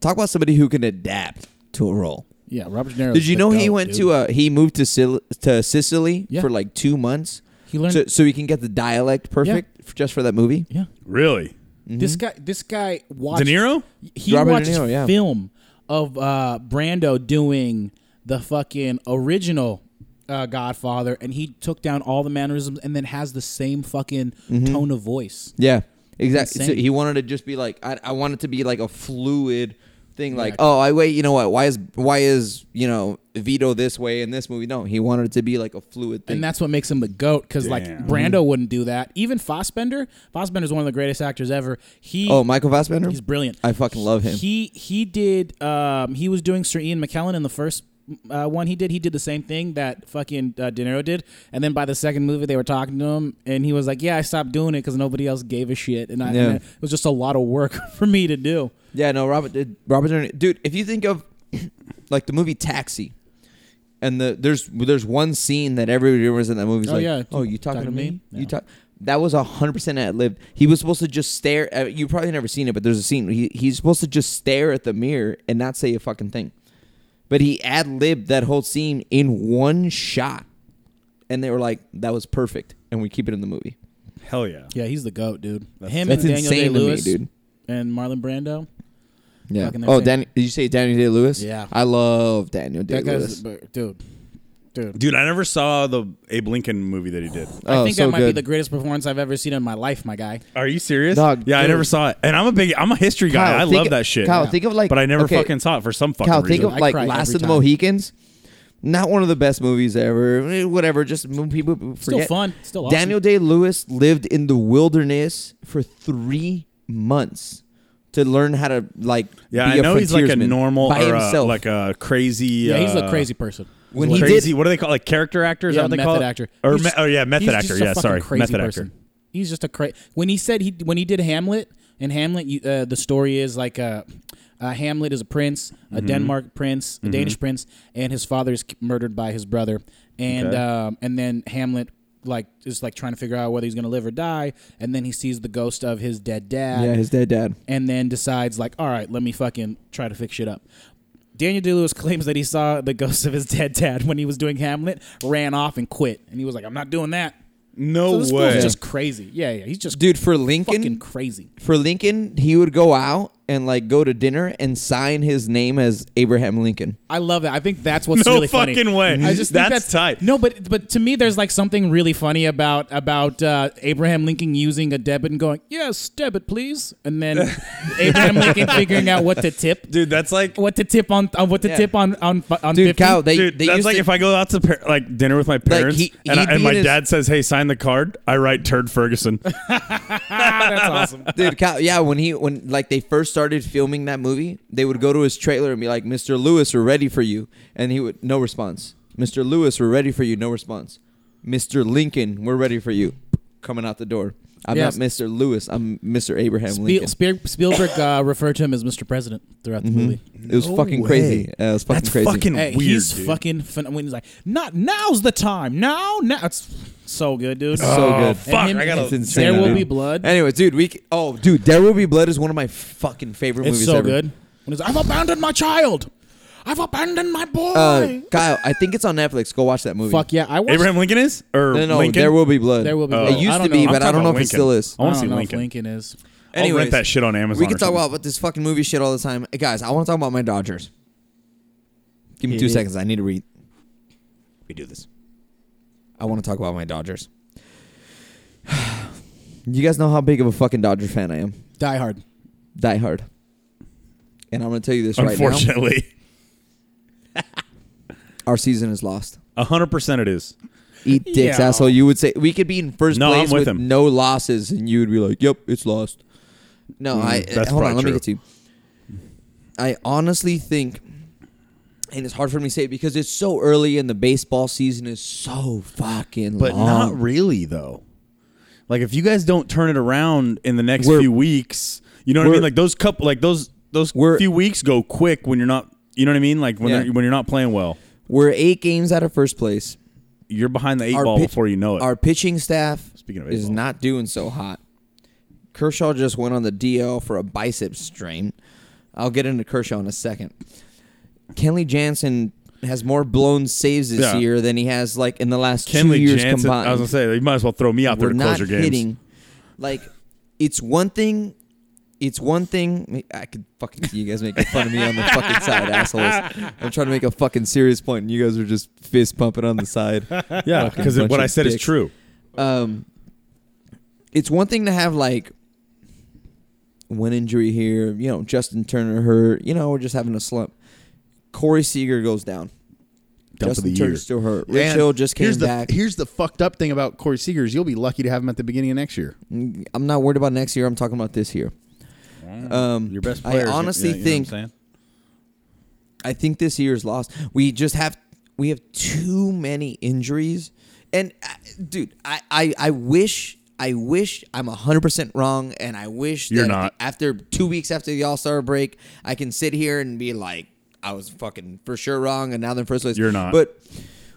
S1: talk about somebody who can adapt to a role.
S2: Yeah, Robert De Niro.
S1: Did you know he went to uh he moved to Sil- to Sicily
S2: Yeah.
S1: for like two months
S2: He learned.
S1: so, so he can get the dialect perfect f- just for that movie?
S2: yeah,
S3: Really?
S1: Mm-hmm.
S2: this guy. This guy
S3: De
S2: watched
S3: Niro?
S2: he
S1: Robert De
S2: watches
S1: Niro, yeah.
S2: film of uh, Brando doing the fucking original uh, Godfather, and he took down all the mannerisms, and then has the same fucking
S1: Mm-hmm.
S2: tone of voice.
S1: Yeah, exactly. So
S2: Insane.
S1: he wanted to just be like I, I want it to be like a fluid thing. Like oh I wait you know what why is why is you know Vito this way in this movie? No, he wanted it to be like a fluid thing.
S2: And that's what makes him the goat, because like
S3: Damn.
S2: Brando wouldn't do that. Even Fassbender, Fassbender's one of the greatest actors ever. He
S1: oh Michael Fassbender,
S2: he's brilliant.
S1: I fucking love him.
S2: He he did. Um, he was doing Sir Ian McKellen in the first uh, one. He did. He did the same thing that fucking uh, De Niro did. And then by the second movie, they were talking to him, and he was like, "Yeah, I stopped doing it because nobody else gave a shit, and, I, and
S1: Yeah.
S2: it was just a lot of work for me to do."
S1: Yeah, no, Robert did. Robert, De Niro- dude, if you think of like the movie Taxi, and the there's there's one scene that everybody was in that movie. is
S2: Oh,
S1: like,
S2: yeah.
S1: oh, you talking, to me? You talk. That was hundred percent ad libbed. He was supposed to just stare. At, you probably never seen it, but there's a scene he he's supposed to just stare at the mirror and not say a fucking thing, but he ad libbed that whole scene in one shot, and they were like, that was perfect, and we keep it in the movie.
S3: Hell yeah.
S2: Yeah, he's the goat, dude.
S3: That's-
S2: him
S1: That's
S2: and Daniel
S1: insane
S2: Day
S1: to me,
S2: Lewis,
S1: dude.
S2: and Marlon Brando.
S1: Yeah.
S2: Fucking
S1: Oh,
S2: insane.
S1: Danny, did you say Daniel Day Lewis?
S2: Yeah.
S1: I love Daniel Day
S2: That
S1: Lewis.
S2: guy's, but, dude, dude.
S3: Dude, I never saw the Abe Lincoln movie that he did.
S1: Oh,
S2: I think
S1: so
S2: that might be
S1: good.
S2: the greatest performance I've ever seen in my life, my guy.
S3: Are you serious?
S1: Dog,
S3: yeah, I
S1: dude.
S3: never saw it. And I'm a big I'm a history guy.
S1: Kyle,
S3: I
S1: think-
S3: love that shit.
S1: Kyle, think of like,
S3: but I never
S1: okay,
S3: fucking saw it for some fucking
S1: Kyle,
S3: reason.
S1: think of
S2: I
S1: like
S2: cry
S1: Last
S2: every
S1: of the
S2: time.
S1: Mohicans. Not one of the best movies ever. eh, Whatever, just m- people forget.
S2: Still fun. Still awesome.
S1: Daniel Day Lewis lived in the wilderness for three months to learn how to like.
S3: yeah,
S1: be
S3: I
S1: a
S3: know he's like a
S1: frontiersman
S3: normal
S1: by
S3: or a-
S1: himself.
S3: like a crazy.
S2: Yeah, he's a
S3: uh,
S2: crazy person.
S1: when he
S3: crazy.
S1: did,
S3: what do they call like character actor? Is
S2: yeah,
S3: that what they
S2: method
S3: call it?
S2: actor.
S3: Or
S2: He's
S3: me-
S2: just-
S3: oh yeah, method
S2: he's
S3: actor.
S2: just a
S3: Yeah,
S2: fucking
S3: sorry,
S2: crazy
S3: method
S2: person.
S3: actor.
S2: He's just a crazy. When he said he when he did Hamlet and Hamlet, you, uh, the story is like uh, uh, Hamlet is a prince, a
S3: Mm-hmm.
S2: Denmark prince, a Danish prince, and his father is k- murdered by his brother, and
S3: Okay.
S2: um, and then Hamlet like is like trying to figure out whether he's gonna live or die, and then he sees the ghost of his dead dad,
S1: yeah, his dead dad.
S2: and then decides like, all right, let me fucking try to fix shit up. Daniel Day Lewis claims that he saw the ghost of his dead dad when he was doing Hamlet, ran off and quit, and he was like, I'm not doing that. So
S3: No
S2: this
S3: way.
S2: fool's just crazy. Yeah, yeah, he's just
S1: Dude, for
S2: fucking
S1: Lincoln,
S2: crazy.
S1: for Lincoln, he would go out and like go to dinner and sign his name as Abraham Lincoln.
S2: I love that. I think that's what's
S3: No
S2: really funny.
S3: fucking way.
S2: I just think
S3: That's tight.
S2: No, but but to me, there's like something really funny about about uh, Abraham Lincoln using a debit and going, yes, debit, please, and then Abraham Lincoln figuring out what to tip.
S3: Dude, that's like
S2: What to tip on, on what to
S1: Yeah.
S2: tip on on on
S1: Dude,
S2: 50.
S1: Kyle, they,
S3: Dude,
S1: they
S3: that's
S1: used
S3: like
S1: to,
S3: if I go out to par- like dinner with my parents
S1: he-
S3: and, I-
S1: he'd be
S3: and my
S1: in his-
S3: dad says, "Hey, sign the card." I write "Turd Ferguson."
S2: That's awesome.
S1: dude Kyle, yeah when he when like they first started filming that movie they would go to his trailer and be like mr lewis we're ready for you and he would no response Mr. Lewis, we're ready for you. No response. Mr. Lincoln, we're ready for you. Coming out the door. I'm
S2: Yes.
S1: not Mr. Lewis. I'm Mr. Abraham
S2: Spiel,
S1: Lincoln. Mm-hmm.
S2: Spiel, Spielberg uh, referred to him as Mr. President throughout the movie.
S1: it was
S3: No
S1: fucking
S3: way.
S1: crazy. Uh, it was fucking
S3: That's
S1: crazy.
S3: fucking
S2: Hey,
S3: weird.
S2: he's
S3: dude.
S2: fucking fin- when he's like, "Not now's the time. Now, now." It's so good, dude.
S1: so good.
S2: And
S3: Oh, fuck, I gotta-
S1: It's insane.
S2: Oh, There will
S1: dude.
S2: be blood.
S1: Anyway, dude, we c- oh, dude, There Will Be Blood is one of my fucking favorite
S2: it's
S1: movies
S2: so
S1: ever.
S2: good. When he's like, "I've abandoned my child. I've abandoned my boy."
S1: Uh, Kyle, I think it's on Netflix. Go watch that movie.
S2: fuck yeah, I watched.
S3: Abraham Lincoln is
S1: No,
S3: or
S1: no, no,
S3: Lincoln?
S1: There Will Be Blood.
S2: There will be.
S3: Oh.
S2: blood.
S1: It used
S2: I
S1: to
S2: don't
S1: be,
S2: know.
S1: but
S3: I'm
S1: I don't
S3: talking
S1: know if
S3: about
S1: it still
S3: Lincoln.
S1: is.
S3: I
S2: I
S3: want to
S2: don't
S3: see
S2: know if
S3: Lincoln.
S2: Lincoln is.
S3: I'll
S1: Anyways,
S3: rent that shit on Amazon.
S1: we can
S3: or
S1: talk
S3: something.
S1: about this fucking movie shit all the time. Hey, guys, I want to talk about my Dodgers. Give me
S2: Yeah,
S1: two
S2: dude.
S1: seconds. I need to read. We do this. I want to talk about my Dodgers. you guys know how big of a fucking Dodger fan I am.
S2: Die Hard.
S1: Die hard. And I'm going to tell you this right now.
S3: Unfortunately,
S1: Our season is lost.
S3: hundred percent it is.
S1: Eat dicks,
S2: Yeah.
S1: asshole. You would say we could be in first
S3: No, I'm
S1: place
S3: with
S1: with,
S3: him.
S1: no losses, and you would be like, "Yep, it's lost." No,
S3: Mm,
S1: I
S3: that's
S1: hold on.
S3: probably
S1: Let me
S3: true.
S1: get to you. I honestly think, and it's hard for me to say it because it's so early, and the baseball season is so fucking
S3: But
S1: long.
S3: not really though. Like if you guys don't turn it around in the next
S1: We're-
S3: few weeks, you know what I
S1: we're-
S3: mean? Like those couple, like those those
S1: We're-
S3: few weeks go quick when you're not. You know what I mean? Like when
S1: Yeah.
S3: they're- when you're not playing well,
S1: We're eight games out of first place.
S3: you're behind the eight
S1: Our
S3: ball
S1: pitch-
S3: before you know it.
S1: Our pitching staff
S3: Speaking of
S1: is
S3: baseball.
S1: not doing so hot. Kershaw just went on the DL for a bicep strain. I'll get into Kershaw in a second. Kenley Jansen has more blown saves this
S3: Yeah.
S1: year than he has like in the last two
S3: Kenley
S1: years
S3: Jansen.
S1: combined.
S3: I was gonna say you might as well throw me out
S1: We're
S3: there to
S1: not
S3: close your games.
S1: hitting. Like, it's one thing. It's one thing. I could fucking see you guys making fun of me on the fucking side, assholes. I'm trying to make a fucking serious point, and you guys are just fist pumping on the side.
S3: Yeah,
S1: Fucking
S3: because
S1: bunch
S3: what
S1: of
S3: I said is
S1: dicks.
S3: true.
S1: um, it's one thing to have like one injury here, you know, Justin Turner hurt, you know, we're just having a slump. Corey Seager goes down.
S5: Dump of
S1: Justin
S5: the year.
S1: Turner's still hurt. Rich
S5: And
S1: Hill just came
S5: here's the,
S1: back.
S5: Here's the fucked up thing about Corey Seager is you'll be lucky to have him at the beginning of next year.
S1: Mm, I'm not worried about next year. I'm talking about this year. Um,
S3: Your best
S1: I
S3: player.
S1: honestly think I think this year's lost. We just have we have too many injuries, and uh, dude, I I, I wish I wish I'm hundred percent wrong, and I wish
S3: You're
S1: that
S3: not.
S1: After two weeks after the All Star break, I can sit here and be like, I was fucking for sure wrong, and now they're in first place.
S3: You're not.
S1: but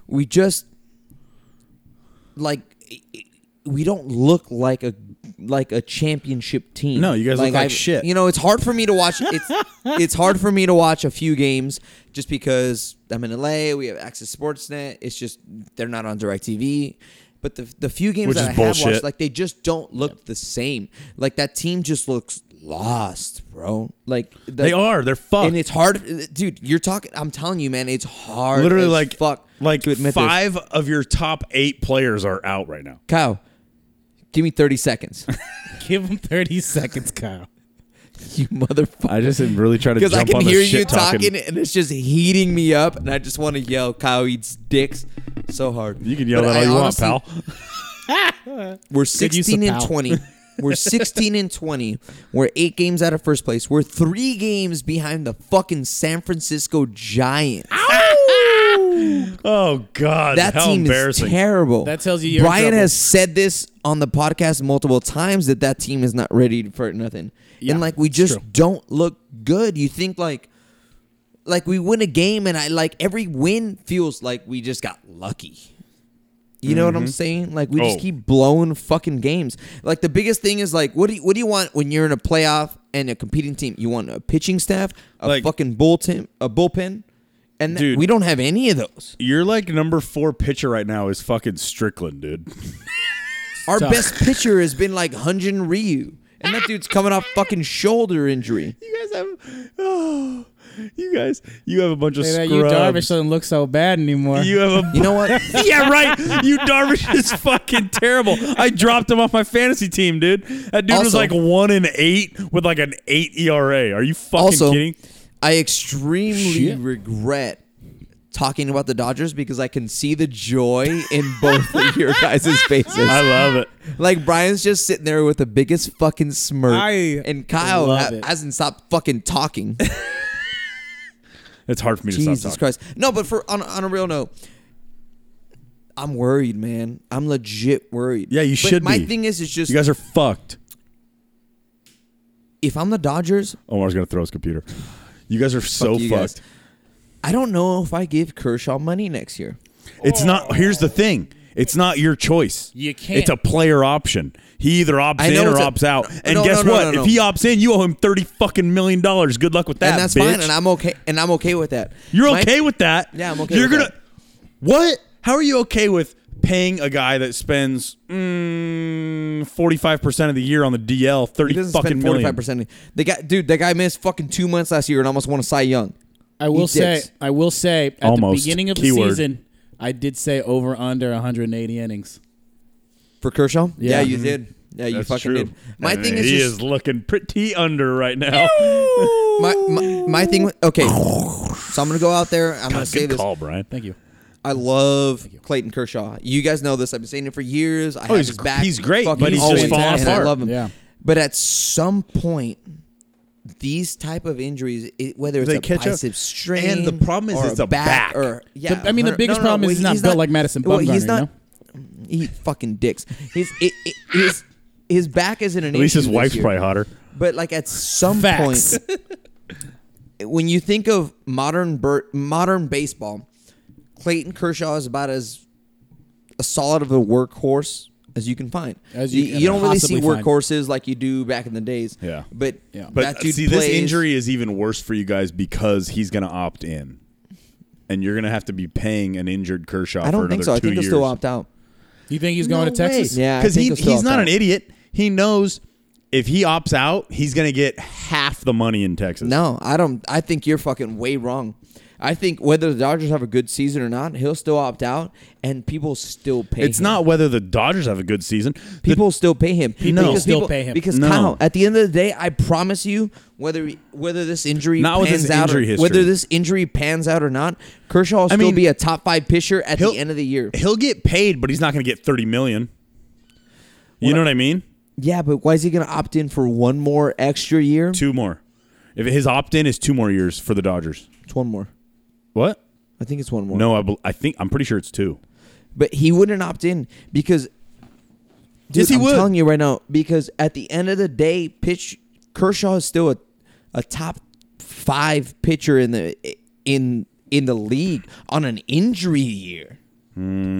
S1: we just like we don't look like a like a championship team.
S3: No, you guys look like
S1: I've-
S3: shit.
S1: You know, it's hard for me to watch. It's it's hard for me to watch a few games just because I'm in LA. We have Access Sportsnet. It's just they're not on Directv. But the the few games
S3: Which
S1: that I
S3: is
S1: have watched,
S3: bullshit.
S1: like they just don't look the same. Like that team just looks lost, bro. Like the,
S3: They are. They're fucked.
S1: and it's hard, dude. You're talking. I'm telling you, man. It's hard.
S3: literally
S1: as
S3: like
S1: fuck.
S3: like
S1: to admit this.
S3: five of your top eight players are out right now.
S1: Kyle, give me 30 seconds.
S2: Give him thirty seconds, Kyle.
S1: you motherfucker.
S3: I just am really trying to
S1: Because I can hear you talking, and it's just heating me up, and I just want to yell, Kyle eats dicks so hard.
S3: You can yell
S1: But
S3: that
S1: I
S3: all you
S1: honestly-
S3: want, pal.
S1: We're
S2: Good use of
S1: 16 and
S2: pal.
S1: 20. We're 16 and 20. We're eight games out of first place. We're three games behind the fucking San Francisco Giants.
S3: Oh God,
S1: that
S3: how
S1: team is
S3: embarrassing!
S1: terrible.
S2: That tells you you're in
S1: Brian
S2: trouble.
S1: has said this on the podcast multiple times that that team is not ready for nothing,
S2: Yeah,
S1: and like we
S2: it's
S1: just
S2: true.
S1: don't look good. You think like, like we win a game, and I like every win feels like we just got lucky. You know what
S2: Mm-hmm.
S1: I'm saying? Like we just
S3: Oh.
S1: keep blowing fucking games. Like the biggest thing is like, what do you, what do you want when you're in a playoff and a competing team? You want a pitching staff, a
S3: Like-
S1: fucking bullpen, a bullpen, and th-
S3: Dude.
S1: we don't have any of those.
S3: You're like number four pitcher right now is fucking Strickland, dude.
S1: Our
S2: Tough.
S1: best pitcher has been like Hunjin Ryu. And that dude's coming off fucking shoulder injury.
S3: You guys have, oh, you guys, you have a bunch of
S2: Hey, that you Darvish
S3: scrubs.
S2: doesn't look so bad anymore.
S3: You have a
S1: You know what?
S3: yeah, right. You Darvish is fucking terrible. I dropped him off my fantasy team, dude. That dude was
S1: Also-
S3: like one and eight with like an eight ERA. Are you fucking
S1: also,
S3: kidding?
S1: I extremely
S5: Shit.
S1: regret talking about the Dodgers because I can see the joy in both of your guys' faces.
S3: I love it.
S1: Like Brian's just sitting there with the biggest fucking smirk,
S2: I
S1: and Kyle
S2: love
S1: ha-
S2: it.
S1: hasn't stopped fucking talking.
S3: It's hard for me to
S1: Jesus
S3: stop talking.
S1: Christ! No, but for on, on a real note, I'm worried, man. I'm legit worried.
S3: Yeah, you
S1: But
S3: should
S1: My
S3: be.
S1: thing is, it's just
S3: You guys are fucked.
S1: if I'm the Dodgers,
S3: Omar's gonna throw his computer. You guys are so
S1: you guys.
S3: fucked.
S1: I don't know if I give Kershaw money next year.
S3: It's not. Here's the thing. It's not your choice.
S2: You can't.
S3: It's a player option. He either opts
S1: I
S3: in
S1: know
S3: or
S1: it's a-
S3: opts out.
S1: no,
S3: And
S1: no, no,
S3: guess
S1: no,
S3: what?
S1: no, no.
S3: If he opts in, you owe him thirty fucking million dollars. Good luck with that.
S1: and that's
S3: bitch.
S1: fine, and I'm okay, and I'm okay with that.
S3: You're
S1: My-
S3: okay with that?
S1: Yeah, I'm okay
S3: You're
S1: with
S3: gonna
S1: that.
S3: what? How are you okay with paying a guy that spends forty five percent of the year on the DL,
S1: He
S3: thirty
S1: doesn't
S3: fucking
S1: spend forty
S3: million?
S1: five percent. The guy, dude, that guy missed fucking two months last year and almost won a Cy Young.
S2: I will
S1: He
S2: say,
S1: dicks.
S2: I will say, at the
S3: Almost.
S2: beginning of the
S3: Keyword.
S2: season, I did say over under 180 innings.
S1: For Kershaw? Yeah,
S2: Yeah.
S1: you did. Yeah, you fucking did. My
S3: Mm-hmm. And
S1: thing is
S3: he
S1: just
S3: is looking pretty under right now.
S1: my, my my thing. with- Okay, so I'm gonna go out there. I'm gonna say
S3: Good
S1: this.
S3: call, Brian.
S2: Thank you.
S1: I love Clayton Kershaw. You guys know this. I've been saying it for years. I have
S3: Oh, he's
S1: his
S3: gr-
S1: back.
S3: he's great,
S1: fucking
S3: but he's
S2: just
S1: always,
S2: falling
S1: and I
S2: apart.
S1: love him.
S2: Yeah.
S1: But at some point, these type of injuries, it, whether it's
S3: They
S1: a
S3: catch up.
S1: bicep strain,
S3: And the problem is
S1: or
S3: it's
S1: a
S3: a
S1: back,
S3: back.
S1: or yeah.
S2: The- I mean, the
S1: hundred-
S2: biggest
S1: no, no,
S2: problem is he's not built like Madison
S1: Well, he's
S2: Bumgarner,
S1: not.
S2: you
S1: He fucking dicks. He's it, it, his his back isn't an
S3: At least
S1: issue
S3: his
S1: this
S3: wife's
S1: year.
S3: probably hotter.
S1: But like at some
S2: Facts.
S1: point, when you think of modern ber- modern baseball, Clayton Kershaw is about as a solid of a workhorse as you can find.
S2: As you
S1: you,
S2: can
S1: don't really see
S2: possibly find.
S1: workhorses like you do back in the days.
S3: Yeah.
S1: but
S2: Yeah.
S1: but that dude
S3: see,
S1: plays,
S3: this injury is even worse for you guys because he's going to opt in, and you're going to have to be paying an injured Kershaw.
S1: I
S3: for
S1: don't think
S3: another
S1: so. I
S3: two
S1: think he'll
S3: years.
S1: still opt out.
S2: You think he's going to Texas?
S1: Yeah, I
S3: because
S1: think
S3: he,
S1: he'll still
S3: he's
S1: opt
S3: not an
S1: out.
S3: idiot. He knows if he opts out, he's going to get half the money in Texas.
S1: No, I don't. I think you're fucking way wrong. I think whether the Dodgers have a good season or not, he'll still opt out, and people still pay.
S3: It's
S1: him.
S3: not whether the Dodgers have a good season. The-
S1: People still pay him.
S3: People
S1: Because
S2: still pay him.
S1: Because
S3: No.
S1: Kyle, at the end of the day, I promise you, whether whether this injury
S3: Not with
S1: pans
S3: his
S1: out
S3: injury
S1: or,
S3: history.
S1: whether this injury pans out or not, Kershaw will
S3: I
S1: still
S3: mean,
S1: be a top five pitcher at the
S3: he'll-
S1: end of the year.
S3: he'll get paid, but he's not going to get thirty million. You know what I mean?
S1: Yeah, but why is he going to opt in for one more extra year?
S3: Two more. If his opt in is two more years for the Dodgers,
S1: It's one more.
S3: what?
S1: I think it's one more.
S3: No, I, bel- I think I'm pretty sure it's two.
S1: but he wouldn't opt in because. Dude,
S3: Yes, he
S1: I'm
S3: would.
S1: telling you right now because at the end of the day, pitch Kershaw is still a, a top five pitcher in the in in the league on an injury year.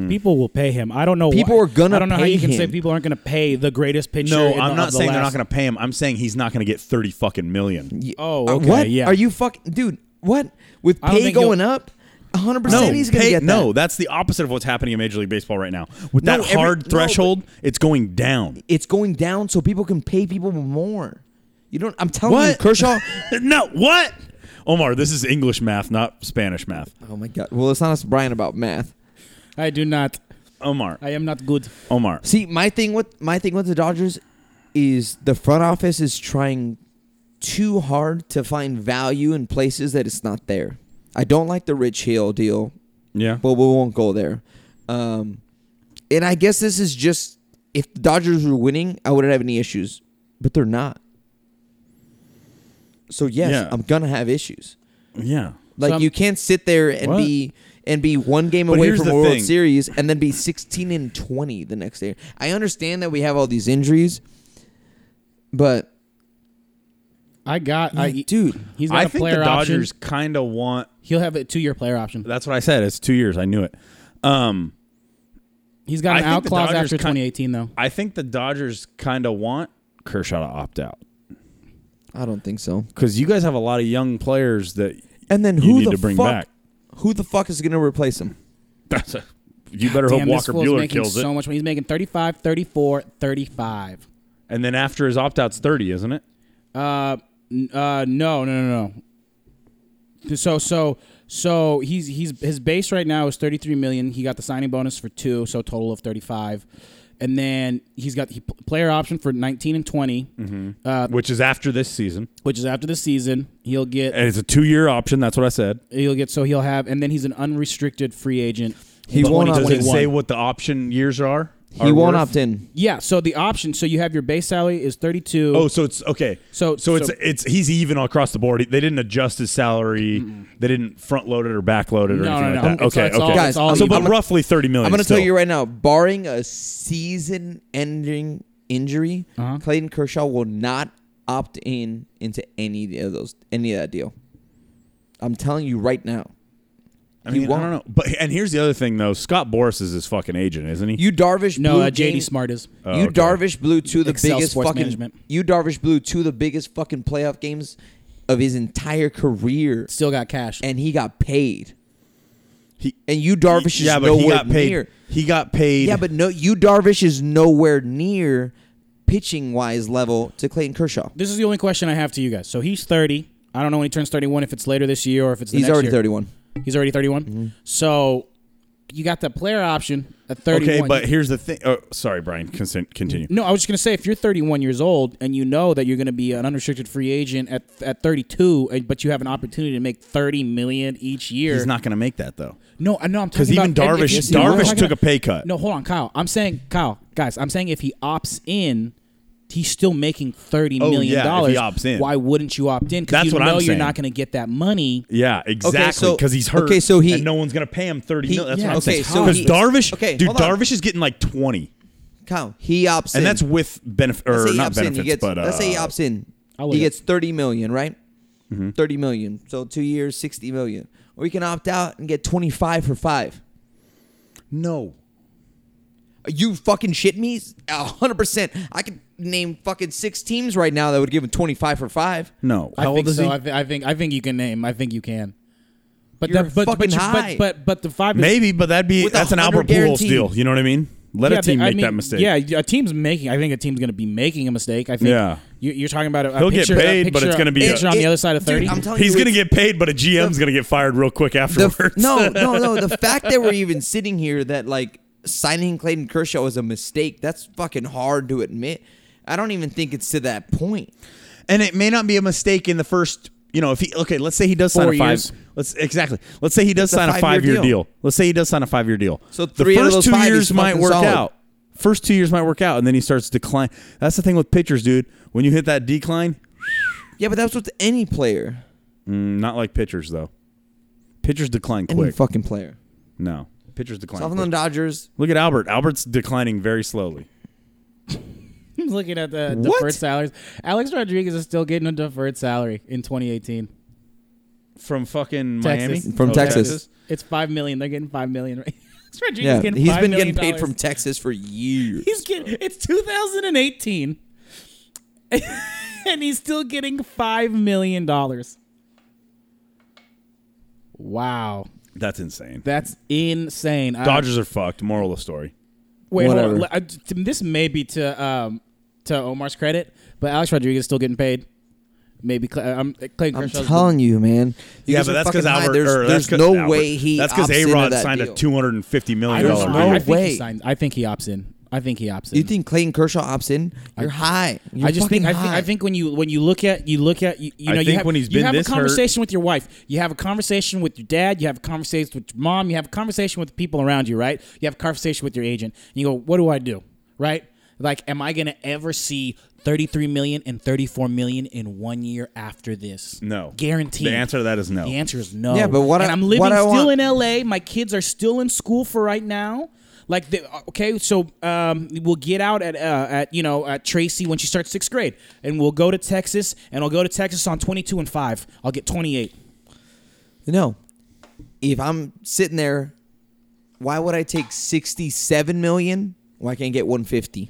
S2: People will pay him. I don't know.
S1: People
S2: why.
S1: are gonna
S2: I don't know how
S1: pay
S2: you can say
S1: him.
S2: people aren't going to pay the greatest pitcher.
S3: No,
S2: in
S3: I'm
S2: the,
S3: not
S2: of the
S3: saying they're not
S2: last-
S3: going to pay him. I'm saying he's not going to get thirty fucking million.
S1: Y-
S2: Oh,
S1: uh,
S2: okay,
S1: what?
S2: yeah.
S1: Are you fucking dude? What with
S2: I don't
S1: pay
S2: think he'll-
S1: going up? 100 percent he's gonna
S3: pay-
S1: get that.
S3: no. That's the opposite of what's happening in Major League Baseball right now. With
S1: No,
S3: that
S1: every-
S3: hard
S1: no,
S3: threshold, it's going down.
S1: It's going down so people can pay people more. You don't. I'm telling you,
S3: What?
S1: Kershaw.
S3: no, what? Omar, this is English math, not Spanish math.
S1: oh my god. Well, let's not ask Brian about math.
S2: I do not.
S3: Omar,
S2: I am not good.
S3: Omar,
S1: See, my thing with my thing with the Dodgers is the front office is trying too hard to find value in places that it's not there. I don't like the Rich Hill deal,
S3: yeah,
S1: but we won't go there. Um, and I guess this is just if the Dodgers were winning, I wouldn't have any issues, but they're not. So yes,
S3: Yeah.
S1: I'm gonna have issues.
S3: yeah.
S1: Like
S2: Some-
S1: you can't sit there and
S3: What?
S1: be and be one game
S3: But
S1: away
S3: here's
S1: from a
S3: the
S1: World
S3: thing.
S1: Series and then be 16 and 20 the next day. I understand that we have all these injuries, but
S2: I got. I,
S3: e
S1: dude,
S2: he's got
S3: I
S2: a
S3: think
S2: player
S3: the Dodgers
S2: option.
S3: kind of want.
S2: He'll have a two-year player option.
S3: That's what I said. It's two years. I knew it. Um,
S2: He's got
S3: I
S2: an
S3: think
S2: out
S3: the
S2: clause
S3: Dodgers
S2: after
S3: kin-
S2: 2018, though.
S3: I think the Dodgers kind of want Kershaw to opt out
S1: I don't think so.
S3: because you guys have a lot of young players that
S1: And then
S3: you
S1: who
S3: need
S1: the
S3: to bring
S1: fuck
S3: back.
S1: who the fuck is going to replace him?
S3: That's a, you better hope
S2: Damn, this
S3: Walker
S2: fool's
S3: Bueller
S2: making
S3: kills it.
S2: so much money. He's making 35, 34, 35.
S3: and then after his opt out's thirty, isn't it?
S2: Uh, n- uh, no, no, no, no. So, so, so he's he's his base right now is thirty three million. He got the signing bonus for two, so total of thirty five, and then he's got the player option for nineteen and 20
S3: Mm.
S2: uh,
S3: Which is after this season,
S2: which is after the season. He'll get
S3: and it's a two year option. That's what I said.
S2: he'll get so he'll have, and then he's an unrestricted free agent.
S1: He
S2: in
S1: won't
S3: Does it
S2: 2021.
S3: say what the option years are?
S1: He won't
S3: worth?
S1: opt in.
S2: Yeah, so the option, so you have your base salary is 32.
S3: Oh, so it's okay.
S2: So-
S3: so it's
S2: so-
S3: it's he's even across the board. They didn't adjust his salary. They didn't front load it or back load it or
S2: No,
S3: anything
S2: no,
S3: like
S2: no.
S3: that.
S2: It's-
S3: okay,
S2: it's
S3: okay.
S2: all-
S1: Guys,
S2: all
S3: so
S2: you-
S3: but
S2: I'm gonna-
S3: roughly thirty million.
S1: I'm going to
S3: still.
S1: tell you right now, barring a season-ending injury,
S2: Uh-huh.
S1: Clayton Kershaw will not opt in into any of those any of that deal. I'm telling you right now.
S3: I
S1: He
S3: mean, I
S1: won't.
S3: don't know. But and here's the other thing though. Scott Boris is his fucking agent, isn't he?
S1: You Darvish
S2: no,
S1: blew
S2: uh, JD
S1: game-
S2: Smart is.
S3: Oh,
S1: you
S3: okay.
S1: Darvish blew to the
S2: Excel
S1: biggest
S2: Sports
S1: fucking
S2: Management.
S1: you Darvish blew to the biggest fucking playoff games of his entire career,
S2: Still got cash.
S1: and he got paid.
S3: He-
S1: and you Darvish is
S3: yeah, but
S1: nowhere
S3: he got paid.
S1: near.
S3: He got paid.
S1: Yeah, but no, you Darvish is nowhere near pitching wise level to Clayton Kershaw.
S2: this is the only question I have to you guys. So he's 30. I don't know when he turns 31, if it's later this year or if it's the
S1: He's
S2: next
S1: already
S2: year.
S1: 31.
S2: He's already 31. So you got the player option at 31.
S3: okay, but here's the thing. Oh, sorry, Brian. Consent, continue.
S2: No, I was just gonna say if you're 31 years old and you know that you're gonna be an unrestricted free agent at at 32, and- but you have an opportunity to make 30 million each year.
S3: He's not going to make that though.
S2: No, I know. I'm
S3: Because
S2: talking
S3: even
S2: about- and
S3: Darvish-
S2: if- I'm
S3: Darvish
S2: talking
S3: took
S2: about-
S3: a pay cut.
S2: No, hold on, Kyle. I'm saying, Kyle, guys, I'm saying if he opts in, he's still making thirty
S3: Oh,
S2: million
S3: yeah, if
S2: dollars.
S3: he opts in.
S2: Why wouldn't you opt in? Because
S3: That's
S2: you
S3: what
S2: know
S3: I'm
S2: you're
S3: saying.
S2: not going to get that money.
S3: Yeah, exactly.
S1: so-
S3: Because he's hurt.
S1: okay, so he-
S3: and no one's going to pay him thirty
S1: He-
S3: million. That's
S1: yeah,
S3: what I'm
S1: okay,
S3: saying.
S1: so
S3: because
S1: he-
S3: Darvish,
S1: okay,
S3: dude,
S1: hold on.
S3: Darvish is getting like twenty,
S1: Kyle, he opts in.
S3: and that's with benefit
S1: Let's
S3: or
S1: say he
S3: not
S1: opts in,
S3: benefits,
S1: he gets,
S3: but uh, Mm-hmm.
S1: let's say he opts in.
S2: I'll look
S1: He
S2: it
S1: gets 30 million, right? 30 million. So two years, 60 million. Or he can opt out and get 25 for five.
S3: no.
S1: Are you fucking shit me? A 100%. I could name fucking six teams right now that would give him 25 for five.
S3: No.
S2: I think so.
S3: he?
S2: I, th- I think I think you can name. I think you can. But
S1: You're
S2: that, but, but,
S1: fucking
S2: you-
S1: high.
S2: but but but the five is-
S3: Maybe, but that'd be
S1: With a
S3: that's an
S1: 100
S3: Albert Pujols
S1: guaranteed.
S3: deal. You know what I mean? Let a
S2: Yeah,
S3: team
S2: they- I
S3: make that
S2: mean,
S3: mistake.
S2: Yeah, a team's making. I think a team's going to be making a mistake. I think.
S3: Yeah.
S2: You, you're talking about a, a
S3: He'll get
S2: picture,
S3: paid,
S2: a
S3: but it's
S2: picture-
S3: gonna be a-
S2: picture on
S1: It-
S2: the other side of
S1: dude,
S2: thirty.
S1: I'm telling
S3: He's
S1: you,
S3: gonna
S1: it's-
S3: get paid, but a GM's gonna get fired real quick
S1: the,
S3: afterwards.
S1: no, no, no. The fact that we're even sitting here that like signing Clayton Kershaw was a mistake, that's fucking hard to admit. I don't even think it's to that point.
S3: and it may not be a mistake in the first. You know, if he okay, let's say he does sign
S2: Four
S3: a five.
S2: years.
S3: Let's exactly. Let's say he does
S1: It's a
S3: sign a
S1: five-year
S3: five-year
S1: deal.
S3: deal. Let's say he does sign a five-year deal.
S1: So
S3: the
S1: three out
S3: first
S1: of those
S3: two
S1: five, he's
S3: years might
S1: fucking
S3: work
S1: solid.
S3: out. First two years might work out, and then he starts to decline. That's the thing with pitchers, dude. When you hit that decline,
S1: Yeah, but that's with any player,
S3: mm, not like pitchers though. Pitchers decline
S1: any
S3: quick.
S1: fucking player.
S3: no, pitchers decline.
S1: Southland
S3: Quick.
S1: Dodgers.
S3: Look at Albert. Albert's declining very slowly.
S2: I'm looking at the
S1: What?
S2: deferred salaries. Alex Rodriguez is still getting a deferred salary in 2018.
S3: From fucking
S2: Texas.
S3: Miami?
S1: From
S3: Oh,
S1: Texas.
S2: It's five million. They're getting five million right. Alex Rodriguez
S1: Yeah,
S2: is getting
S1: he's
S2: $5
S1: been
S2: million
S1: getting paid from
S2: dollars.
S1: Texas for years.
S2: he's getting. It's 2018, and he's still getting five million dollars. Wow,
S3: That's insane.
S2: that's insane. I-
S3: Dodgers are fucked. Moral of the story.
S2: Wait, hold
S1: Whatever.
S2: on. Le- I- t- this may be to um, to Omar's credit, but Alex Rodriguez is still getting paid. Maybe Cla- I'm, Clayton
S1: I'm
S2: Kershaw's
S1: telling you, man. You
S3: Yeah,
S1: guys
S3: but
S1: are
S3: that's because
S1: fucking high.
S3: Albert.
S1: There's,
S3: or
S1: there's
S3: that's 'cause-
S1: no
S3: Albert.
S1: way he.
S3: That's because
S1: opts into
S3: Rod
S1: that
S3: signed
S1: deal.
S3: a two hundred and fifty
S2: I
S3: million
S2: don't
S1: There's
S3: dollar
S2: know.
S1: no
S2: I
S3: deal.
S2: think he
S1: way.
S2: signed- I think he opts in. I think he opts in.
S1: You think Clayton Kershaw opts in? You're high. You're
S2: I just
S1: fucking
S2: think I think
S1: high.
S2: I think when you when you look at you look at you, you
S3: I
S2: know you
S3: think
S2: have
S3: when he's
S2: you
S3: been
S2: have a
S3: this hurt-
S2: conversation with your wife, you have a conversation with your dad, you have a conversation with your mom, you have a conversation with the people around you, right? You have a conversation with your agent, and you go, "What do I do?" Right? Like, am I gonna ever see thirty three million and thirty four million in one year after this?
S3: No.
S2: guaranteed.
S3: The answer to that is no.
S2: The answer is no.
S1: Yeah, but what
S2: and
S1: I-
S2: am living
S1: what I
S2: still
S1: want-
S2: in L.A. My kids are still in school for right now. Like they, uh, okay, so um, we'll get out at uh, at you know at Tracy when she starts sixth grade, and we'll go to Texas, and I'll go to Texas on twenty two and five. I'll get twenty eight.
S1: No. If I'm sitting there, why would I take 67 million? Why can't I get 150?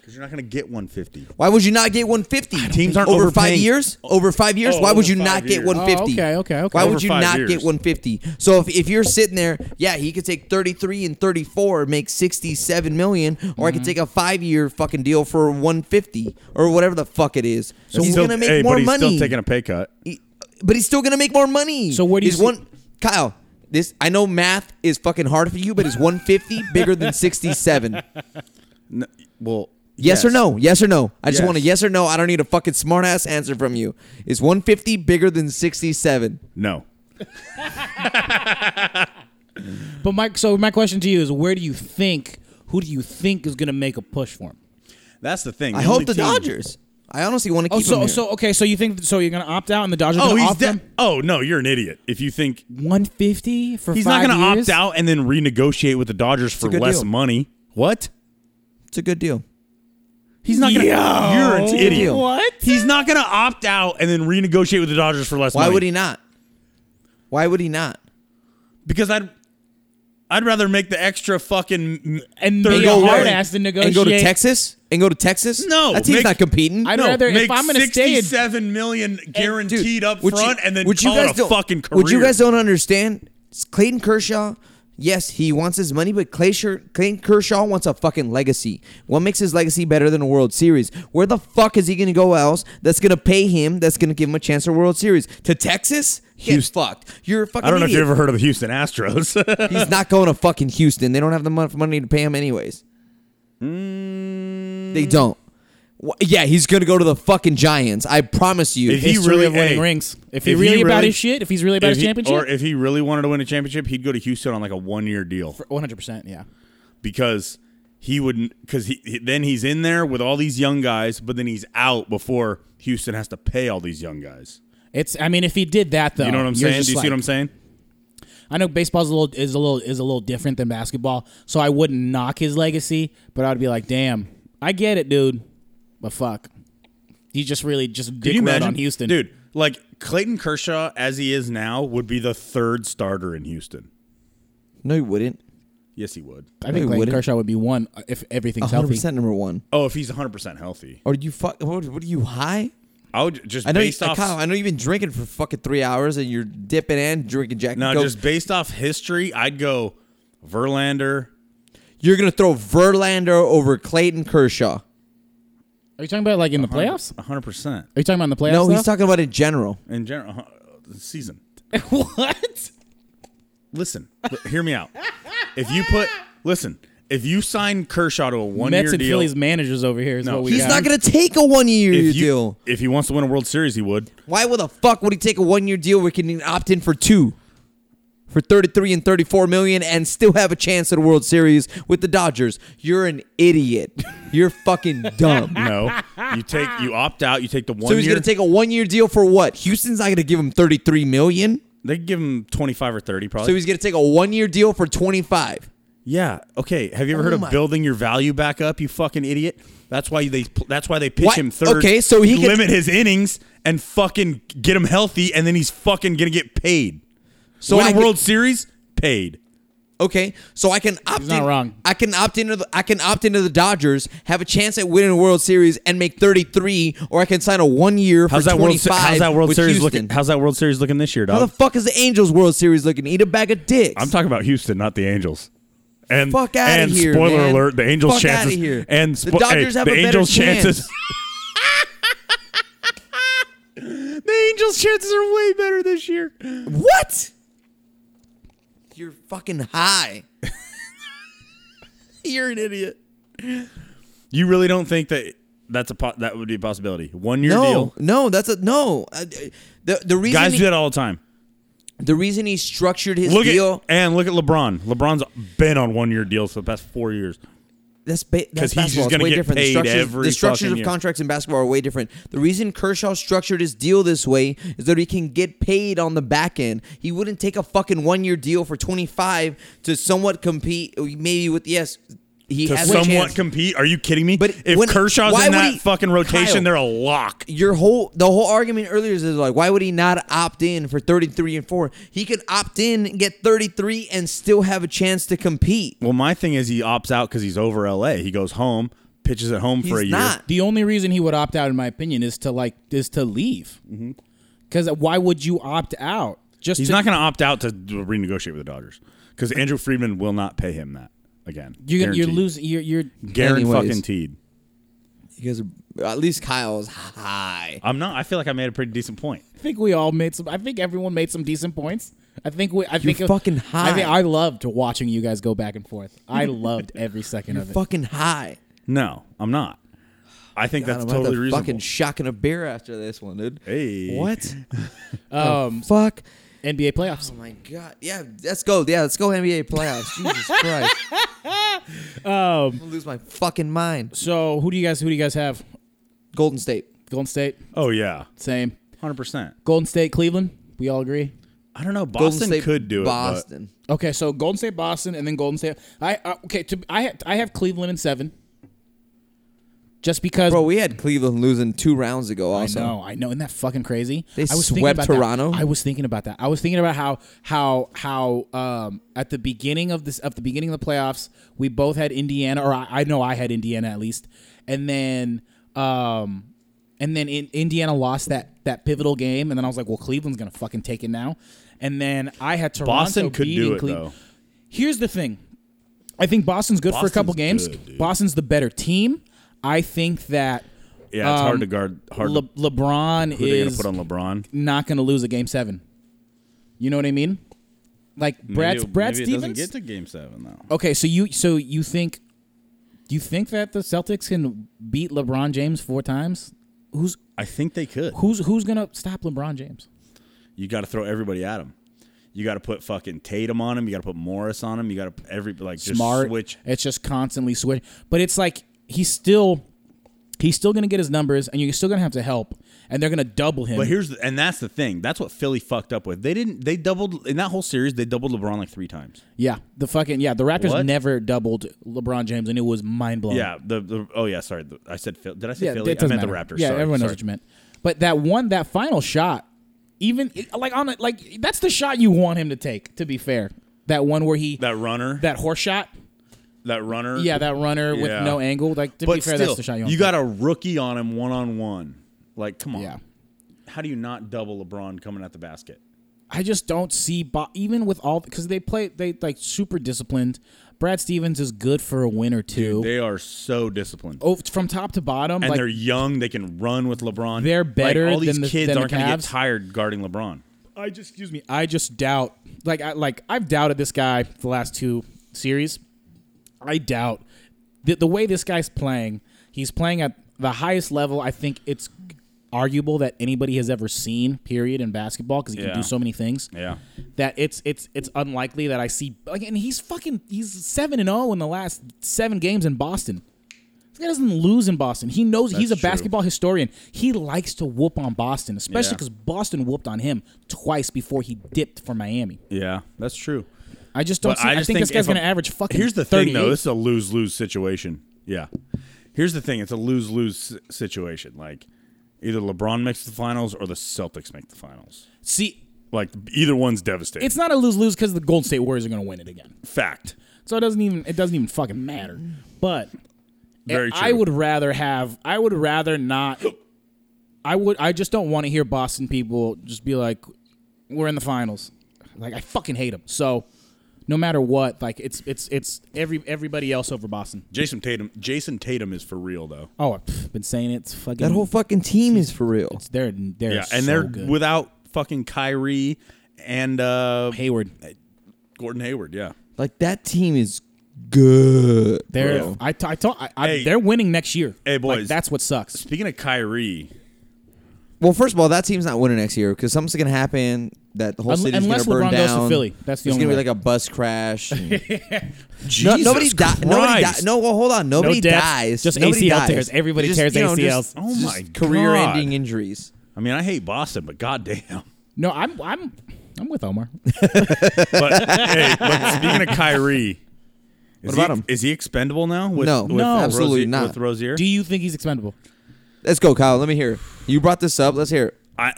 S3: Because you're not going to get one fifty.
S1: Why would you not get 150?
S3: Teams aren't
S1: over five
S3: overpaying.
S1: years. Over five years,
S3: Oh,
S1: why would
S3: over
S1: you not
S3: five
S1: get
S3: years.
S1: 150?
S2: Oh, okay, okay, okay.
S1: Why
S3: Over
S1: would you
S3: five
S1: not
S3: years.
S1: get 150? So if, if you're sitting there, yeah, he could take 33 and 34, make 67 million, or I could take a five-year fucking deal for 150 or whatever the fuck it is. So he's gonna make
S3: hey,
S1: more
S3: but he's
S1: money.
S3: Still taking a pay cut.
S1: He- but he's still gonna make more money.
S2: So where do you
S1: Is
S2: see-
S1: one Kyle? This I know math is fucking hard for you, but is 150 bigger than 67? Yes,
S3: Well,
S1: or no? Yes or no? I just
S3: Yes.
S1: want a yes or no. I don't need a fucking smart ass answer from you. Is 150 bigger than 67?
S3: No.
S2: But Mike, so my question to you is, where do you think Who do you think is going to make a push for him?
S3: That's the thing.
S1: I
S3: only
S1: hope the
S3: team- Oh,
S1: Dodgers. I honestly want to keep
S2: Oh, so
S1: him here.
S2: so okay, so you think so you're going to opt out and the Dodgers? are
S3: Oh,
S2: gonna
S3: he's
S2: opt
S3: de- Oh no, you're an idiot. If you think
S2: One fifty for
S3: he's
S2: five
S3: not going to
S2: years?
S3: opt out and then renegotiate with the Dodgers for
S1: a good
S3: less
S1: deal.
S3: money, what?
S1: it's a good deal.
S3: He's not going to. You're an idiot.
S2: What?
S3: He's not going to opt out and then renegotiate with the Dodgers for less
S1: Why
S3: money.
S1: would he not? Why would he not?
S3: Because I'd. I'd rather make the extra fucking
S2: And
S3: thirty
S2: be a
S3: dollars.
S2: hard ass to negotiate.
S1: And go to Texas? And go to Texas?
S3: No,
S1: that team's
S3: make-
S1: not competing.
S2: I- I'd
S3: no,
S2: rather- if
S3: make
S2: I'm gonna stay in-
S3: sixty-seven million guaranteed up
S1: would
S3: front, and then
S1: would
S3: call it a
S1: don't-
S3: fucking career.
S1: Would you guys don't understand? It's Clayton Kershaw, yes, he wants his money, but Clay Sher- Clayton Kershaw wants a fucking legacy. What makes his legacy better than a World Series? Where the fuck is he going to go else that's going to pay him, that's going to give him a chance for a World Series? To Texas? Get fucked. You're a fucking
S3: I don't know if you
S1: idiot.
S3: ever heard of the Houston Astros.
S1: He's not going to fucking Houston. They don't have the enough money to pay him anyways.
S3: Mm.
S1: They don't. Wh- Yeah, he's gonna go to the fucking Giants. I promise you.
S3: If he
S2: history
S3: really-
S2: of winning
S3: hey,
S2: rings. If he
S3: if he
S2: really about
S3: really-
S2: his shit, if he's really about
S3: If
S2: his
S3: he-
S2: championship,
S3: or if he really wanted to win a championship, he'd go to Houston on like a one-year deal
S2: one hundred percent, yeah.
S3: because he wouldn't. Because he, he- then he's in there with all these young guys, but then he's out before Houston has to pay all these young guys.
S2: It's. I mean, if he did that, though,
S3: You know what I'm
S2: Oh, you're
S3: saying?
S2: just
S3: Do you see
S2: like-
S3: what I'm saying?
S2: I know baseball's a little is a little is a little different than basketball, so I wouldn't knock his legacy, but I'd be like, damn, I get it, dude, but fuck, he just really just dick
S3: Could you
S2: rode
S3: imagine
S2: on Houston,
S3: dude? Like Clayton Kershaw, as he is now, would be the third starter in Houston.
S1: no, he wouldn't.
S3: Yes, he would.
S2: I think
S1: Wait,
S2: Clayton
S1: would it?
S2: Kershaw would be one uh, if everything's
S1: hundred
S2: healthy.
S1: percent number one.
S3: Oh, if he's 100 percent healthy,
S1: Are you fuck? What, what are you high?
S3: I would just
S1: I know, you, uh,
S3: based off.
S1: Kyle, I know you've been drinking for fucking three hours, and you're dipping and drinking Jack. and
S3: no,
S1: Coke.
S3: just based off history, I'd go Verlander.
S1: you're gonna throw Verlander over Clayton Kershaw.
S2: Are you talking about like in the playoffs?
S3: 100 percent
S2: Are you talking about in the playoffs?
S1: No, he's
S2: though?
S1: talking about in general.
S3: in general. uh, the season.
S2: what?
S3: listen, l- hear me out. If you put, listen, if you sign Kershaw to a one
S2: Mets
S3: year
S2: and
S3: deal,
S2: Phillies managers over here is
S3: No.
S2: what we
S1: He's
S2: got.
S1: not gonna take a one year
S3: if you,
S1: deal.
S3: if he wants to win a World Series, he would.
S1: Why would the fuck would he take a one year deal where he can opt in for two? For 33 and 34 million and still have a chance at a World Series with the Dodgers. You're an idiot. You're fucking dumb.
S3: No, you take, you opt out, you take the one
S1: so he's
S3: year.
S1: gonna take a one year deal for what? Houston's not gonna give him 33 million.
S3: they give him twenty five or thirty, probably.
S1: So he's gonna take a one year deal for 25.
S3: yeah. Okay. Have you ever
S1: Oh
S3: heard of
S1: my-
S3: building your value back up? You fucking idiot. That's why they. That's why they pitch
S1: What?
S3: him third.
S1: Okay, so he could-
S3: limit his innings and fucking get him healthy, and then he's fucking gonna get paid.
S1: So
S3: win
S1: I
S3: a
S1: can-
S3: World Series, paid.
S1: Okay, so I can opt
S2: not
S1: in.
S2: wrong.
S1: I can opt into the I can opt into the Dodgers, have a chance at winning a World Series, and make 33, or I can sign a one year for
S3: How's that
S1: 25.
S3: World? Se- How's that World
S1: with
S3: Series
S1: Houston.
S3: looking? How's that World Series looking this year, dog?
S1: How the fuck is the Angels World Series looking? Eat a bag of dicks.
S3: I'm talking about Houston, not the Angels. And
S1: Fuck outta
S3: and
S1: here,
S3: spoiler
S1: man.
S3: alert: the Angels'
S1: Fuck outta
S3: chances
S1: here.
S3: and
S1: The
S3: spo-
S1: Dodgers
S3: hey,
S1: have
S3: the
S1: a better
S3: Angels'
S1: chance.
S3: chances. the Angels' chances are way better this year.
S1: What? You're fucking high. You're an idiot.
S3: You really don't think that that's a po- that would be a possibility? One year
S1: No,
S3: deal.
S1: no, that's a no. Uh, the the reason
S3: Guys
S1: he,
S3: do that all the time.
S1: the reason he structured his
S3: Look
S1: deal
S3: at and look at LeBron. LeBron's been on one year deals for the past four years.
S1: that's ba- that's
S3: 'Cause he's just
S1: basketball. It's
S3: gonna
S1: way
S3: get
S1: different.
S3: paid
S1: the structures,
S3: every
S1: the structures
S3: fucking
S1: of
S3: year.
S1: contracts in basketball are way different. The reason Kershaw structured his deal this way is that he can get paid on the back end. He wouldn't take a fucking one year deal for twenty five to somewhat compete, maybe with yes. He
S3: To
S1: has a
S3: somewhat
S1: chance.
S3: compete, are you kidding me?
S1: But
S3: if
S1: when-
S3: Kershaw's
S1: why
S3: in
S1: would
S3: that
S1: he-
S3: fucking rotation,
S1: Kyle.
S3: they're a lock.
S1: your whole the whole argument earlier is like why would he not opt in for 33 and 4 he could opt in and get 33 and still have a chance to compete
S3: Well, my thing is he opts out because he's over LA. He goes home, pitches at home for a
S1: he's
S3: year.
S1: not
S2: The only reason he would opt out, in my opinion, is to like is to leave. Because why would you opt out? Just
S3: Mm-hmm. He's
S2: to,
S3: not going to opt out to d- renegotiate with the Dodgers because Andrew Friedman will not pay him that again.
S2: You're gonna, you're
S3: Guaranteed.
S2: losing. You're you're.
S3: Guaranteed
S1: Anyways.
S3: fucking teed.
S1: because at least Kyle is high
S3: I'm not. I feel like I made a pretty decent point.
S2: I think we all made some. I think everyone made some decent points. I think we. I think it-
S1: fucking
S2: I think
S1: high.
S2: I loved watching you guys go back and forth. I loved every second of it.
S1: fucking high
S3: No, I'm not. I think
S1: God,
S3: that's
S1: I'm gonna have
S3: totally
S1: to
S3: reasonable.
S1: fucking shocking a beer after this one dude
S3: Hey.
S1: what
S2: Um,
S1: fuck
S2: NBA playoffs.
S1: Oh my god! Yeah, let's go. Yeah, let's go NBA playoffs. Jesus Christ!
S3: Um,
S1: I'm gonna lose my fucking mind.
S2: So who do you guys who do you guys have?
S1: Golden State.
S2: Golden State.
S3: Oh yeah,
S2: Same.
S3: hundred percent.
S2: Golden State, Cleveland. We all agree.
S3: I don't know.
S1: Golden
S3: Boston
S1: State
S3: could do it. but-
S1: Boston.
S2: Okay, so Golden State, Boston, and then Golden State. I uh, okay. To, I ha- I have Cleveland in seven. Just because.
S1: Bro, we had Cleveland losing two rounds ago.
S2: I
S1: Also,
S2: know, I know. Isn't that fucking crazy?
S1: They
S2: I was thinking
S1: swept
S2: about that.
S1: Toronto?
S2: I was thinking about that. I was thinking about how how how um at the beginning of this at the beginning of the playoffs we both had Indiana or I, I know I had Indiana at least, and then um and then in, Indiana lost that that pivotal game, and then I was like, well, Cleveland's gonna fucking take it now, and then I had Toronto
S3: Boston could
S2: beating
S3: do it
S2: Cle-
S3: though.
S2: Here's the thing. I think Boston's good for a couple
S3: Boston's
S2: games.
S3: good, dude.
S2: Boston's the better team. I think that
S3: Yeah, it's hard
S2: um,
S3: to guard. Hard.
S2: Le-
S3: to,
S2: LeBron
S3: who they're gonna
S2: is
S3: put on LeBron?
S2: not going to lose a game seven. You know what I mean? Like Brad
S3: maybe,
S2: Brad
S3: maybe it doesn't get
S2: Stevens.
S3: to Game Seven though.
S2: okay, so you so you think you think that the Celtics can beat LeBron James four times? Who's
S3: I think they could.
S2: who's who's gonna stop LeBron James?
S3: You got to throw everybody at him. You got to put fucking Tatum on him. You got to put Morris on him. You got to every like just
S2: Smart.
S3: switch.
S2: It's just constantly switch. But it's like he's still he's still gonna get his numbers, and you're still gonna have to help, and they're gonna double him.
S3: But here's the, and that's the thing. That's what Philly fucked up with. They didn't. They doubled in that whole series. They doubled LeBron like three times.
S2: yeah, the fucking yeah, the Raptors
S3: What?
S2: never doubled LeBron James, and it was mind blowing.
S3: Yeah. The, the oh yeah. Sorry. The- I said Phil. Did I say
S2: yeah,
S3: Philly?
S2: it
S3: I
S2: doesn't
S3: meant
S2: matter.
S3: the Raptors.
S2: Yeah,
S3: sorry,
S2: everyone knows
S3: sorry.
S2: what you meant. But that one, that final shot, even like on it, like that's the shot you want him to take. To be fair, that one where he
S3: That runner. That
S2: that horse shot,
S3: that runner.
S2: yeah, that runner with
S3: Yeah.
S2: no angle. Like to
S3: But
S2: be fair,
S3: still,
S2: that's the shot you
S3: you,
S2: want. to
S3: got a rookie on him one on one. Like, come on.
S2: take. yeah.
S3: How do you not double LeBron coming at the basket?
S2: I just don't see Bo- even with all because they play they like super disciplined. Brad Stevens is good for a win or two.
S3: They are so disciplined.
S2: oh, from top to bottom,
S3: and
S2: like
S3: they're young. They can run with LeBron.
S2: They're better
S3: Like, all these
S2: than the-
S3: kids
S2: than the
S3: aren't gonna get
S2: Cavs.
S3: tired guarding LeBron.
S2: I just excuse me. I just doubt like I like I've doubted this guy the last two series. I doubt the, the way this guy's playing. He's playing at the highest level. I think it's arguable that anybody has ever seen. Period in basketball because he
S3: Yeah.
S2: can do so many things.
S3: Yeah.
S2: That it's it's it's unlikely that I see like and he's fucking he's seven and zero in the last seven games in Boston. This guy doesn't lose in Boston. He knows he's a
S3: That's true.
S2: basketball historian. He likes to whoop on Boston, especially
S3: Yeah.
S2: because Boston whooped on him twice before he dipped for Miami.
S3: Yeah, that's true.
S2: I just don't. See, I,
S3: just
S2: think, this
S3: if
S2: guy's
S3: I'm-
S2: going to average fucking.
S3: Here's the thing, though.
S2: 38.
S3: This is a lose lose situation. Yeah. Here's the thing. It's a lose lose situation. Like, either LeBron makes the finals or the Celtics make the finals.
S2: see,
S3: Like, either one's devastating.
S2: it's not a lose lose because the Golden State Warriors are going to win it again.
S3: fact.
S2: So it doesn't even it doesn't even fucking matter. But
S3: Very true.
S2: I would rather have I would rather not I would I just don't want to hear Boston people just be like we're in the finals. Like I fucking hate them. So no matter what, like it's it's it's every everybody else over Boston.
S3: Jason Tatum. Jason Tatum is for real though.
S2: Oh, I've been saying it. It's fucking
S1: that whole fucking team is for real.
S2: they're they're
S3: Yeah,
S2: so
S3: and they're
S2: good.
S3: without fucking Kyrie and uh,
S2: Hayward.
S3: Gordon Hayward. Yeah.
S1: Like that team is good.
S2: They're
S1: bro.
S2: I t- I told I, I
S3: Hey.
S2: they're winning next year.
S3: Hey,
S2: Like,
S3: boys.
S2: that's what sucks.
S3: Speaking of Kyrie,
S1: Well, first of all, that team's not winning next year because something's gonna happen. That the whole
S2: Un-
S1: city's
S2: unless
S1: gonna burn
S2: LeBron goes to
S1: down.
S2: Philly. That's the
S1: There's
S2: only
S1: gonna
S2: way.
S1: be like a bus crash. and-
S3: Jesus
S1: no, nobody dies. Nobody
S3: Christ.
S1: di- No, well, hold on. Nobody
S2: death,
S1: dies.
S2: just
S1: Nobody
S2: ACL
S1: dies.
S2: tears. Everybody
S1: Just,
S2: tears
S1: you know,
S2: ACLs.
S1: just-
S3: Oh
S1: just
S3: my
S1: Career-ending
S3: God.
S1: injuries.
S3: I mean, I hate Boston, but goddamn.
S2: No, I'm I'm I'm with Omar.
S3: But hey, but speaking of Kyrie, is
S1: about
S3: he,
S1: him?
S3: Is he expendable now? With,
S1: No.
S3: with uh,
S2: No,
S1: absolutely
S3: Rozier-
S1: not.
S3: With Rozier,
S2: Do you think he's expendable?
S1: Let's go, Kyle. Let me hear. it. You brought this up. Let's hear. it.
S3: I,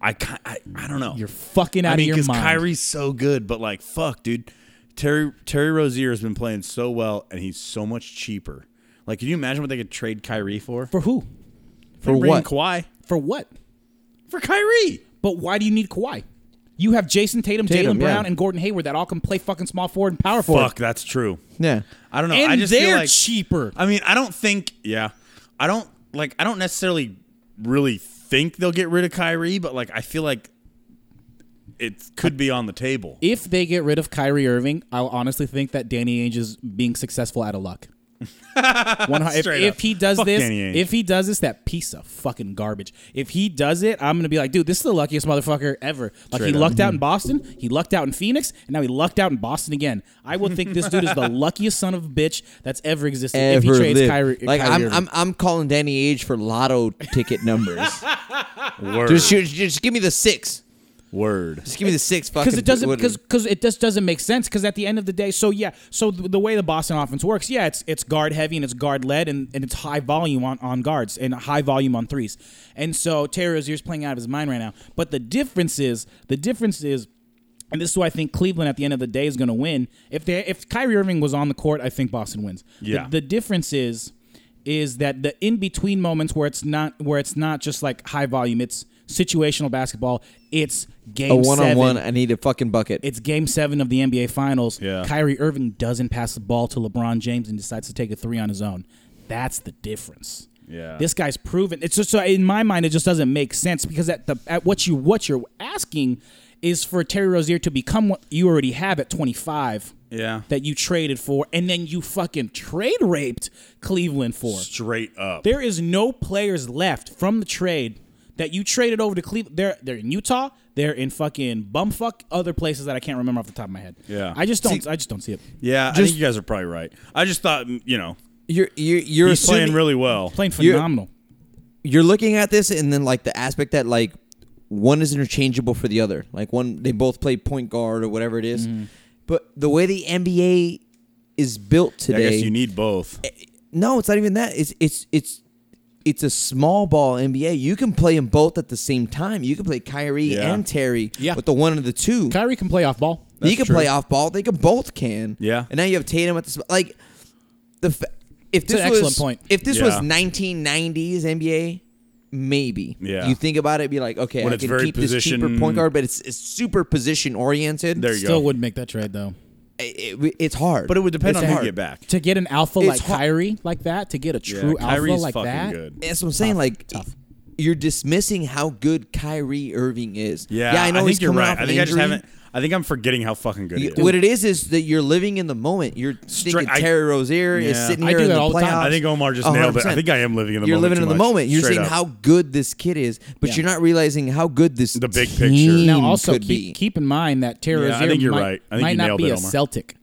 S3: I, ca- I, I don't know.
S2: You're fucking out
S3: I mean,
S2: of your mind.
S3: Kyrie's so good, but like, fuck, dude. Terry Terry Rozier has been playing so well, and he's so much cheaper. Like, can you imagine what they could trade Kyrie for?
S2: for who?
S1: For
S3: Bring
S1: what?
S3: Kawhi
S2: For what?
S3: for Kyrie.
S2: But why do you need Kawhi? You have Jason Tatum,
S1: Tatum,
S2: Jalen Brown,
S1: yeah.
S2: and Gordon Hayward that all can play fucking small forward and power forward.
S3: Fuck, that's true.
S1: Yeah.
S3: I don't know.
S2: And
S3: I just
S2: they're
S3: feel like,
S2: cheaper.
S3: I mean, I don't think. Yeah, I don't like. I don't necessarily really think they'll get rid of Kyrie, but like, I feel like it could be on the table.
S2: If they get rid of Kyrie Irving, I'll honestly think that Danny Ainge is being successful out of luck. One, hun- if,
S3: Straight
S2: if
S3: up.
S2: he does
S3: Fuck
S2: this,
S3: Danny Ainge.
S2: if he does this, that piece of fucking garbage. If he does it, I'm gonna be like, dude, this is the luckiest motherfucker ever.
S3: Straight
S2: Like he
S3: up. Mhm.
S2: lucked out in Boston, he lucked out in Phoenix, and now he lucked out in Boston again. I will think this dude is the luckiest son of a bitch that's ever existed. if he
S1: Ever
S2: trades
S1: lived.
S2: Kyrie,
S1: like
S2: Kyrie
S1: I'm,
S2: Irving.
S1: I'm, I'm calling Danny Age for lotto ticket numbers.
S3: Word.
S1: just, shoot- just give me the six.
S3: Word.
S1: Just give me the six. Fucking.
S2: because it doesn't
S1: what-
S2: because because it just doesn't make sense because at the end of the day so yeah so the, the way the boston offense works yeah it's it's guard heavy and it's guard led and, and it's high volume on, on guards and high volume on threes and so terry rozier's playing out of his mind right now but the difference is the difference is and this is why I think Cleveland at the end of the day is going to win. If they if Kyrie Irving was on the court, I think Boston wins. The-
S3: Yeah.
S2: the difference is is that the in between moments where it's not where it's not just like high volume, it's situational basketball. It's game
S1: a one on
S2: seven.
S1: one. I need a fucking bucket.
S2: It's game seven of the NBA Finals.
S3: Yeah.
S2: Kyrie Irving doesn't pass the ball to LeBron James and decides to take a three on his own. That's the difference.
S3: Yeah.
S2: This guy's proven. It's just so in my mind, it just doesn't make sense because at the at what you what you're asking is for Terry Rozier to become what you already have at 25.
S3: Yeah.
S2: That you traded for, and then you fucking trade raped Cleveland for.
S3: Straight up.
S2: There is no players left from the trade that you traded over to Cleveland. They're they're in Utah. They're in fucking bumfuck other places that I can't remember off the top of my head.
S3: Yeah.
S2: I just don't. I just don't see it.
S3: yeah, I
S1: Just-
S3: think you guys are probably right. I just thought, mm, you know,
S1: you're you're you're
S3: he's
S1: assuming,
S3: playing really well.
S2: Playing
S1: You're-
S2: phenomenal.
S1: you're looking at this and then like the aspect that like one is interchangeable for the other. Like one they both play point guard or whatever it is.
S3: Mm-hmm.
S1: But the way the NBA is built
S3: I
S1: today eh,
S3: guess you need both.
S1: No, it's not even that. It's it's it's it's a small ball NBA. You can play them both at the same time. You can play Kyrie
S3: Yeah.
S1: and Terry
S2: Yeah.
S1: with the one and the two.
S2: Kyrie can play off ball.
S1: you can play off ball. They can both can.
S3: Yeah.
S1: And now you have Tatum at the sp- like the fa- if
S2: an
S1: this was
S2: excellent point.
S1: if this was
S3: Yeah.
S1: 1990s NBA maybe
S3: Yeah.
S1: you think about it be like okay
S3: When
S1: I
S3: it's
S1: can
S3: very
S1: keep this cheaper
S3: position-
S1: point guard but it's, it's super position oriented.
S3: There you
S2: Still
S3: go.
S2: wouldn't make that trade though.
S1: It, it- it's hard.
S3: but it would depend
S1: It's
S3: on who you
S1: hard.
S3: get back.
S2: To get an alpha
S1: It's
S2: like
S1: hard-
S2: Kyrie like that, to get a
S3: Yeah,
S2: true alpha
S3: Kyrie's
S2: like
S3: fucking
S2: that,
S3: good.
S1: That's what I'm saying. like,
S2: tough.
S1: you're dismissing how good Kyrie Irving is.
S3: Yeah,
S1: yeah, I know
S3: think
S1: he's
S3: you're
S1: coming
S3: right.
S1: off
S3: I
S1: an
S3: think I just
S1: injury.
S3: haven't. I think I'm forgetting how fucking good
S1: You-
S3: he is.
S1: what it is is that you're living in the moment. You're thinking
S3: I-
S1: Terry Rozier is
S3: Yeah.
S1: sitting
S2: I
S1: here
S2: do
S1: in
S2: that
S1: the
S2: all the time.
S1: playoffs.
S3: I think Omar just nailed it. I
S1: 100%.
S3: think I am living in the
S1: You're
S3: moment
S1: living in
S3: too
S1: the
S3: much.
S1: moment. You're
S3: Straight
S1: seeing
S3: up.
S1: how good this kid is, but
S2: Yeah.
S1: you're not realizing how good this
S3: The big
S1: team
S3: picture.
S2: Now, also
S1: could
S2: keep,
S1: be.
S2: keep in mind that Terry
S3: Yeah, I
S2: Rozier
S3: think you're
S2: might,
S3: right. I think
S2: might
S3: you
S2: not
S3: nailed
S2: be
S3: it,
S2: a
S3: Omar.
S2: Celtic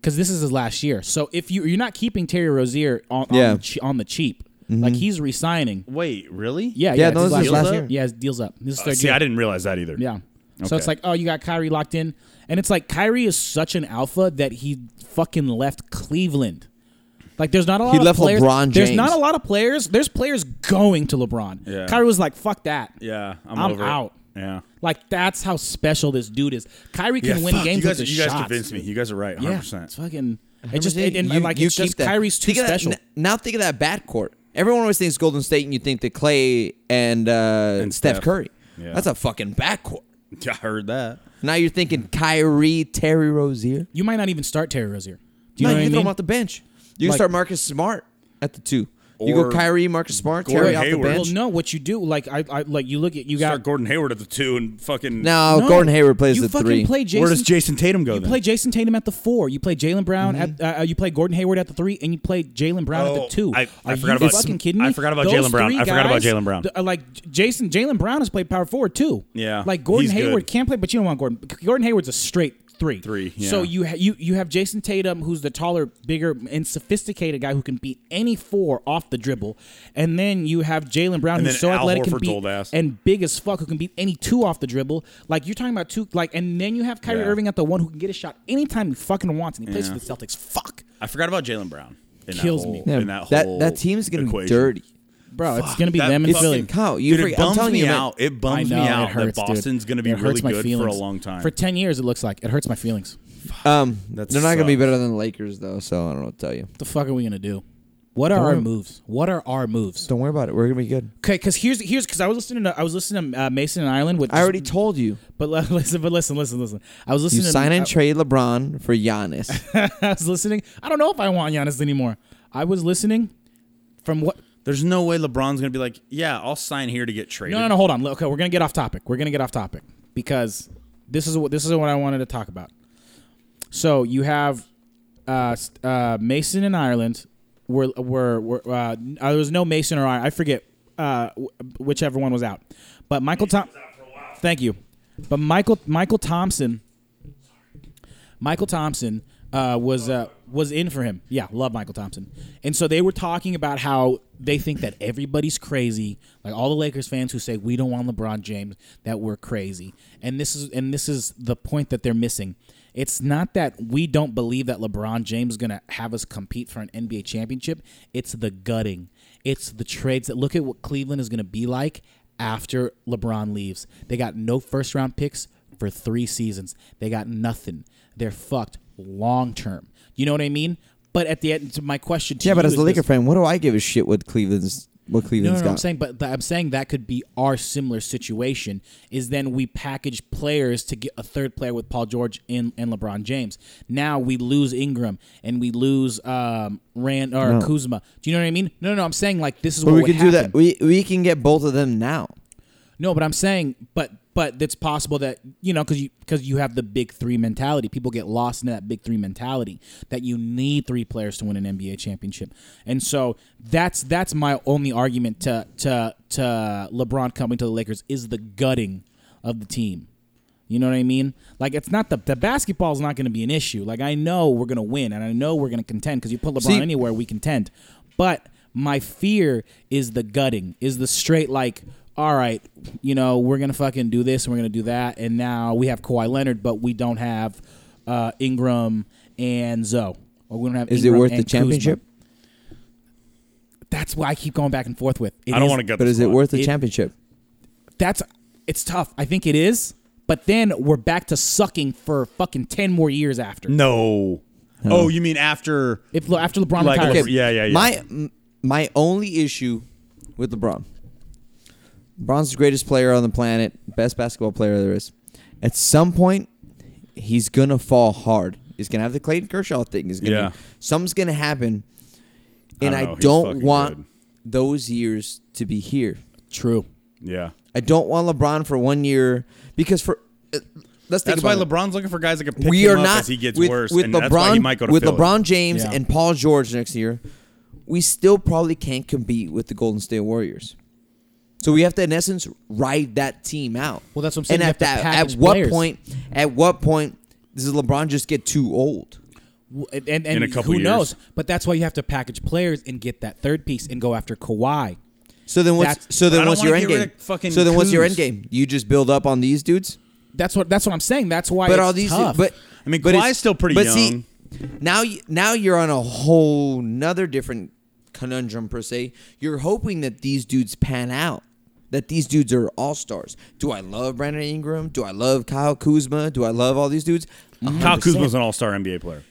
S2: because this is his last year. So if you you're not keeping Terry Rozier on on,
S1: Yeah. Mm-hmm.
S2: the, che- on the cheap, like he's re-signing.
S3: Wait, really?
S1: Yeah,
S2: Yeah, yeah,
S1: no,
S2: it's
S1: this is
S3: last
S2: year.
S1: year.
S2: Yeah, his deal's up. This is
S3: Uh,
S2: third
S3: see,
S2: year.
S3: I didn't realize that either.
S2: Yeah. So
S3: Okay.
S2: it's like, oh, you got Kyrie locked in, and it's like Kyrie is such an alpha that he fucking left Cleveland. Like, there's not a lot. of
S1: left
S2: players.
S1: LeBron
S2: There's
S1: James.
S2: not a lot of players. There's players going to LeBron.
S3: Yeah.
S2: Kyrie was like, fuck that.
S3: Yeah, I'm,
S2: I'm
S3: over it.
S2: out.
S3: Yeah.
S2: Like that's how special this dude is. Kyrie can
S3: Yeah,
S2: win
S3: fuck,
S2: games
S3: you guys,
S2: with his
S3: you guys
S2: shots.
S3: convinced me. You guys are right, 100.
S2: Yeah, it's
S3: percent
S2: fucking. It just
S1: Remember,
S2: it, and,
S1: you-
S2: like
S1: you
S2: it's just
S1: keep that.
S2: Kyrie's too
S1: Think of that-
S2: special.
S1: n- now think of that backcourt. Everyone always thinks Golden State, and you think that Clay and, uh, Steph,
S3: Steph.
S1: Curry.
S3: Yeah.
S1: That's a fucking backcourt.
S3: I heard that.
S1: Now you're thinking Kyrie, Terry Rozier.
S2: you might not even start Terry Rozier. Do you
S1: no, you
S2: know what
S1: can
S2: I
S1: throw
S2: mean?
S1: him off the bench. You can
S2: Like-
S1: start Marcus Smart at the two. you go
S3: Or
S1: Kyrie, Marcus Smart, Terry off the
S3: Hayward.
S1: bench.
S2: well, no, what you do, like I, I like you look at you got
S3: Start Gordon Hayward at the two and fucking.
S1: no,
S2: No,
S1: Oh, Gordon Hayward plays
S2: you
S1: the
S2: fucking
S1: three.
S2: Play Jason,
S3: where does Jason Tatum go
S2: You
S3: then?
S2: play Jason Tatum at the four. You play Jalen Brown at. Uh, you play Gordon Hayward at the three, and you play Jalen Brown at
S3: Oh,
S2: the two.
S3: I- I
S2: Are
S3: forgot
S2: you
S3: about-
S2: fucking kidding me?
S3: I forgot about
S2: Those
S3: Jalen Brown.
S2: three
S3: I forgot about
S2: guys,
S3: Jalen Brown.
S2: th- uh, like J- Jason, Jalen Brown has played power forward too.
S3: Yeah,
S2: like Gordon
S3: he's
S2: Hayward
S3: good.
S2: can't play, but you don't want Gordon. Gordon Hayward's a straight three.
S3: Three,
S2: So
S3: yeah.
S2: you ha- you you have Jason Tatum, who's the taller, bigger, and sophisticated guy who can beat any four off the dribble, and then you have Jalen Brown,
S3: And
S2: who's
S3: then
S2: so
S3: Al
S2: athletic and
S3: Horford's
S2: beat
S3: old ass.
S2: and big as fuck who can beat any two off the dribble. Like you're talking about two like and then you have Kyrie
S3: Yeah.
S2: Irving at the one who can get a shot anytime he fucking wants and he plays for the Celtics. Fuck.
S3: I forgot about Jalen Brown. In
S2: Kills
S3: that whole,
S2: me.
S1: Yeah,
S3: In that,
S1: that
S3: whole
S1: that team's gonna
S3: equation.
S1: be dirty.
S2: Bro, it's gonna be
S3: That
S2: them and
S3: fucking-
S2: Philly.
S1: Kyle, you
S3: Dude,
S1: forget-
S3: it
S1: I'm
S3: bums
S1: telling
S3: me
S1: you, man.
S3: out. It
S2: I
S3: bums
S2: know
S3: me
S2: it
S3: out
S2: hurts,
S3: that
S2: dude.
S3: Boston's going to be
S2: It
S3: really
S2: hurts my
S3: good for a
S2: feelings.
S3: long time.
S2: For ten years it looks like. It hurts my feelings.
S1: Um, they're
S3: That
S1: not gonna be
S3: sucks.
S1: better than the Lakers though, so I don't know what to tell you.
S2: What the fuck are we gonna do? What are our
S1: worry.
S2: moves? What are our moves?
S1: Don't worry about it. We're gonna be good.
S2: Okay, because here's here's because I was listening to I was listening to uh, Mason and Island with
S1: I already told you.
S2: but li- listen but listen listen listen I was
S1: You
S2: listening
S1: sign and
S2: I-
S1: trade LeBron for Giannis.
S2: I was listening I don't know if I want Giannis anymore I was listening from what
S3: There's no way LeBron's going to be like, yeah, I'll sign here to get traded.
S2: No, no, no. Hold on. Okay, we're gonna get off topic. We're gonna get off topic because this is what this is what I wanted to talk about. So you have uh, s- uh, Mason in Ireland were were, were uh, uh, there was no Mason or I. I forget uh, w- whichever one was out. But Michael Tom, thank you. But Michael Michael Thompson, Michael Thompson uh, was uh, was in for him. Yeah, love Michael Thompson. And so they were talking about how they think that everybody's crazy, like all the Lakers fans who say we don't want LeBron James, that we're crazy. And this is and this is the point that they're missing. It's not that we don't believe that LeBron James is going to have us compete for an NBA championship. It's the gutting. It's the trades that look at what Cleveland is going to be like after LeBron leaves. They got no first round picks for three seasons. They got nothing. They're fucked long term. You know what I mean? But at the end, my question to
S1: Yeah, but as
S2: you
S1: a
S2: is
S1: Laker
S2: this-
S1: fan, what do I give a shit what Cleveland's what
S2: no,
S1: Cleveland's
S2: no, no,
S1: got?
S2: I'm saying, but th- I'm saying that could be our similar situation. Is then we package players to get a third player with Paul George and, and LeBron James. Now we lose Ingram and we lose um, Rand or
S1: No.
S2: Kuzma. Do you know what I mean? No, no, no I'm saying like this is
S1: but
S2: what
S1: we
S2: would
S1: can do that.
S2: happen.
S1: We we can get both of them now.
S2: No, but I'm saying, but but it's possible that you know because you because you have the big three mentality. People get lost in that big three mentality that you need three players to win an NBA championship, and so that's that's my only argument to to to LeBron coming to the Lakers is the gutting of the team. You know what I mean? Like it's not the the basketball is not going to be an issue. Like I know we're going to win and I know we're going to contend because you put LeBron
S1: See-
S2: anywhere we contend. But my fear is the gutting, is the straight like, all right, you know we're going to fucking do this and we're going to do that, and now we have Kawhi Leonard, but we don't have uh, Ingram and Zoe, or we don't have.
S1: Is
S2: Ingram
S1: it worth
S2: and
S1: the
S2: Kuzma.
S1: championship?
S2: That's why I keep going back and forth with. It
S3: I don't
S2: is-
S3: want to get.
S1: But
S3: this
S1: is it
S3: wrong.
S1: worth the
S2: It-
S1: championship?
S2: that's it's tough. I think it is, but then we're back to sucking for fucking ten more years after.
S3: No. Oh, you mean after?
S2: If Le- after LeBron
S3: Like,
S2: retires,
S3: okay. Yeah, yeah, yeah.
S1: My m- my only issue with LeBron. LeBron's the greatest player on the planet, best basketball player there is. At some point, he's gonna fall hard. He's gonna have the Clayton Kershaw thing. He's gonna
S3: Yeah.
S1: something's gonna happen, and
S3: I
S1: I
S3: don't know.
S1: don't,
S3: He's fucking
S1: want
S3: good.
S1: those years to be here.
S2: true.
S3: Yeah.
S1: I don't want LeBron for one year because for uh, let's think
S3: That's why
S1: about it
S3: LeBron's looking for guys that can pick
S1: we
S3: him
S1: are
S3: up
S1: not
S3: as he gets
S1: with,
S3: worse,
S1: with
S3: and
S1: LeBron
S3: that's why he might go to
S1: with
S3: Philly.
S1: LeBron James
S2: Yeah.
S1: and Paul George next year. We still probably can't compete with the Golden State Warriors. So we have to, in essence, ride that team out.
S2: Well, that's what I'm saying.
S1: And
S2: You
S1: at
S2: have to
S1: that, at
S2: package
S1: what
S2: players.
S1: point? At what point does LeBron just get too old?
S2: W- And, and, and
S3: In a couple
S2: who
S3: years.
S2: knows? But that's why you have to package players and get that third piece and go after Kawhi.
S1: So then, what's
S2: That's-
S1: so
S3: I
S1: then
S3: don't
S1: what's
S3: wanna
S1: your
S3: get
S1: end
S3: rid
S1: game?
S3: of fucking
S1: So then, what's your
S3: Kuz.
S1: end game? You just build up on these dudes.
S2: That's what that's what I'm saying. That's why.
S1: But
S2: it's
S1: all these,
S2: tough.
S1: but
S3: I mean,
S1: but
S3: Kawhi's
S1: it's
S3: still pretty
S1: but
S3: young.
S1: See, now, you- now you're on a whole nother different conundrum per se. You're hoping that these dudes pan out, that these dudes are all stars. Do I love Brandon Ingram? Do I love Kyle Kuzma? Do I love all these dudes?
S3: Kyle Kuzma's an all-star NBA player.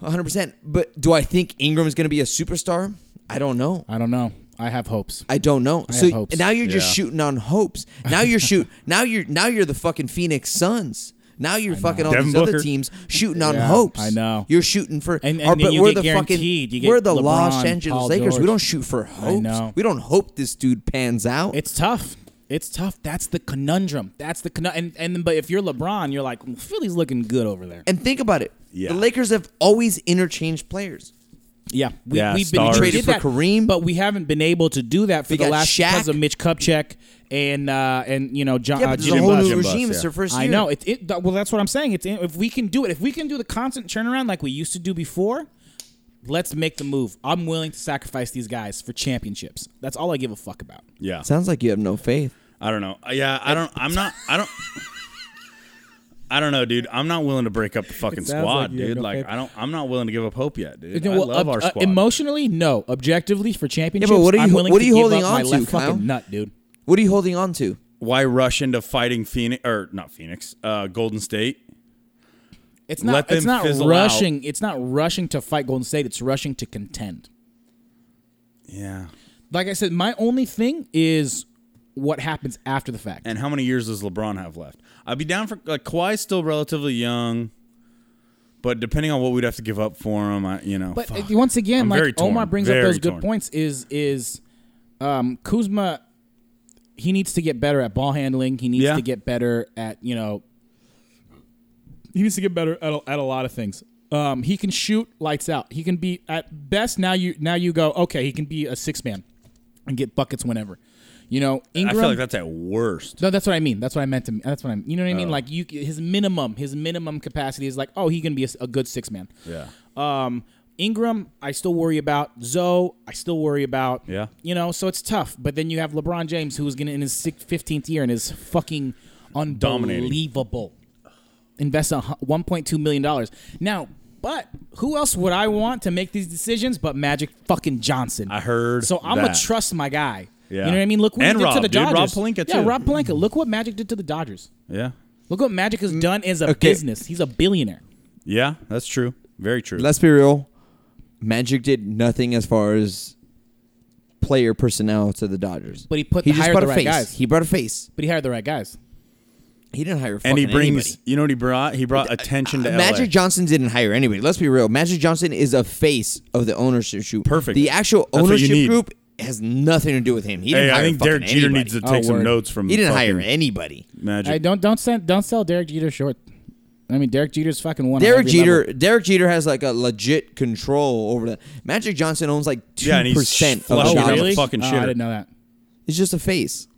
S1: 100. percent But do I think Ingram's going to be a superstar? I don't know.
S2: I don't know. I have hopes.
S1: I don't know.
S2: I
S1: so
S2: have hopes.
S1: now you're just
S3: Yeah.
S1: shooting on hopes. Now you're shoot. Now you're now you're the fucking Phoenix Suns. Now you're fucking all
S3: Devin
S1: these other
S3: Booker.
S1: teams shooting on
S2: Yeah,
S1: hopes.
S2: I know.
S1: You're shooting for.
S2: And-
S1: And,
S2: and
S1: but
S2: you
S1: we're
S2: get
S1: the fucking.
S2: guaranteed. You get
S1: we're the Los
S2: LeBron,
S1: Angeles
S2: Paul
S1: Lakers. We
S2: George.
S1: don't shoot for hopes.
S2: know.
S1: We don't hope this dude pans out.
S2: It's tough. It's tough. That's the conundrum. That's the conundrum. And, and but if you're LeBron, you're like Philly's looking good over there.
S1: and think about it.
S3: Yeah.
S1: The Lakers have always interchanged players.
S2: Yeah, we,
S3: Yeah,
S2: we've
S3: stars.
S2: been
S3: Traded
S2: did
S1: for
S2: that,
S1: Kareem.
S2: but we haven't been able to do that for
S1: We
S2: the
S1: got
S2: last
S1: Shaq.
S2: because of Mitch Kupchak and uh, and you know John.
S1: Yeah,
S2: uh,
S1: but there's
S2: Jim
S1: a whole
S2: Buss.
S1: new
S3: Jim Buss,
S1: regime.
S3: yeah.
S1: It's their first year.
S2: I know it, it. Well, that's what I'm saying. It's if we can do it, if we can do the constant turnaround like we used to do before, let's make the move. I'm willing to sacrifice these guys for championships. That's all I give a fuck about.
S3: Yeah.
S1: Sounds like you have no faith.
S3: I don't know. Uh, Yeah, I don't. I'm not. I don't. I don't know, dude. I'm not willing to break up the fucking
S2: sounds
S3: squad,
S2: like you have
S3: dude.
S2: no
S3: like
S2: faith.
S3: I don't. I'm not willing to give up hope yet, dude.
S2: You know, well,
S3: I love
S2: ob-
S3: our
S2: uh,
S3: squad.
S2: emotionally, no. Objectively, for championships,
S1: what are you-
S2: I'm willing
S1: what
S2: to
S1: are you
S2: give
S1: holding
S2: up my
S1: on to,
S2: left
S1: Kyle?
S2: fucking nut, dude.
S1: What are you holding on to?
S3: Why rush into fighting Phoenix or not Phoenix? Uh, Golden State.
S2: It's not.
S3: Let them
S2: it's not
S3: fizzle
S2: rushing. It's not rushing to fight Golden State. It's rushing to contend.
S3: Yeah.
S2: Like I said, my only thing is what happens after the fact.
S3: And how many years does LeBron have left? I'd be down for like Kawhi's still relatively young, but depending on what we'd have to give up for him, I, you know.
S2: but
S3: fuck.
S2: uh, once again,
S3: I'm very
S2: like
S3: torn,
S2: Omar brings
S3: very
S2: up those good
S3: torn.
S2: points. Is is um, Kuzma? He needs to get better at ball handling. He needs
S3: Yeah.
S2: to get better at you know. He needs to get better at a, at a lot of things. Um, he can shoot lights out. He can be at best now. You now you go okay. He can be a six man and get buckets whenever. You know
S3: I
S2: Ingram.
S3: feel like that's at worst.
S2: No, that's what I mean. That's what I meant to. That's what I. am You know what I
S3: Oh.
S2: mean? Like you, his minimum, his minimum capacity is like, oh, he can be a, s- a good six man.
S3: Yeah.
S2: Um, Ingram, I still worry about. Zoe, I still worry about.
S3: Yeah.
S2: You know, so it's tough. But then you have LeBron James, who's gonna in his six- 15th year and is fucking
S3: Dominating.
S2: unbelievable. Invest a hu- 1.2 million dollars now. But who else would I want to make these decisions but Magic fucking Johnson?
S3: I heard
S2: So I'm
S3: that.
S2: gonna trust my guy.
S3: Yeah.
S2: You know what I mean? Look what
S3: And
S2: he did to
S3: Rob,
S2: the
S3: dude. Rob
S2: Dodgers.
S3: Pelinka,
S2: Yeah,
S3: too.
S2: Rob Palenka. Look what Magic did to the Dodgers.
S3: Yeah.
S2: Look what Magic
S3: Mm.
S2: has done as a
S1: okay.
S2: business. He's a billionaire.
S3: Yeah, that's true. Very true.
S1: Let's be real. Magic did nothing as far as player personnel to the Dodgers.
S2: But he put-
S1: he just
S2: hired
S1: brought
S2: the
S1: a
S2: right
S1: face.
S2: guys.
S1: He brought a face.
S2: But he hired the right guys.
S1: He didn't hire
S3: and he
S1: fucking
S3: brings
S1: anybody.
S3: you know what he brought? He brought attention to
S1: Uh,
S3: LA.
S1: Magic Johnson didn't hire anybody. Let's be real. Magic Johnson is a face of the ownership group.
S3: Perfect.
S1: The actual
S3: That's what you
S1: ownership
S3: need.
S1: group has nothing to do with him. He didn't
S3: Hey,
S1: hire
S3: I think
S1: fucking
S3: Derek Jeter
S1: anybody.
S3: needs to
S2: Oh,
S3: take some
S2: word.
S3: notes from
S1: He didn't hire
S3: fucking
S1: anybody.
S3: Magic.
S2: I don't don't send, don't sell Derek Jeter short. I mean Derek Jeter's fucking one. on
S1: Derek
S2: every
S1: Jeter.
S2: level.
S1: Derek Jeter has like a legit control over that. Magic Johnson owns like two
S3: Yeah, and he's
S1: percent of
S3: flushing
S1: the
S3: out
S2: Oh
S3: the
S1: Dodgers.
S2: really?
S3: fucking
S2: oh,
S3: shitter.
S2: I didn't know that.
S1: It's just a face.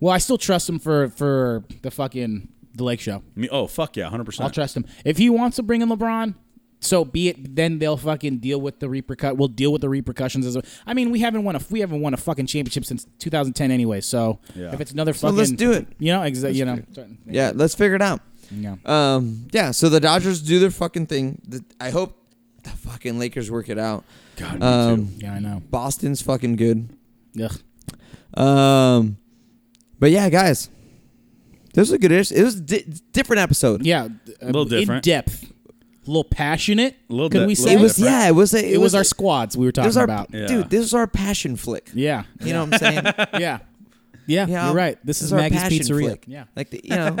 S2: Well, I still trust him for for the fucking the Lake Show.
S3: I mean, oh fuck yeah, hundred percent.
S2: I'll trust him if he wants to bring in LeBron. So be it. Then they'll fucking deal with the repercut. We'll deal with the repercussions. As a, I mean, we haven't won a we haven't won a fucking championship since 2010 anyway. So
S3: Yeah.
S2: if it's another
S1: So
S2: fucking,
S1: let's do it.
S2: You know, exactly. You know, yeah.
S1: Yeah, let's figure it out.
S2: Yeah.
S1: Um, yeah. So the Dodgers do their fucking thing. The- I hope the fucking Lakers work it out.
S3: God, me
S1: Um,
S3: too.
S2: I know.
S1: Boston's fucking good.
S2: Ugh.
S1: Um, but yeah, guys, this was a good. It was a di- different episode.
S2: Yeah, a
S3: little different.
S2: In depth, a little passionate.
S3: A little
S2: could
S3: di-
S2: we
S3: little
S2: say
S1: it was.
S3: different.
S1: Yeah, it was. A, it,
S2: It was
S1: a-
S2: our squads we were
S1: This
S2: talking
S1: was our
S2: about.
S3: Yeah.
S1: dude. This was our passion flick.
S2: Yeah,
S1: You know what I'm saying?
S2: yeah, yeah.
S1: Yeah,
S2: You're right. This, is
S1: our
S2: Maggie's
S1: passion
S2: Pizzeria.
S1: flick.
S2: Yeah,
S1: like the, you know,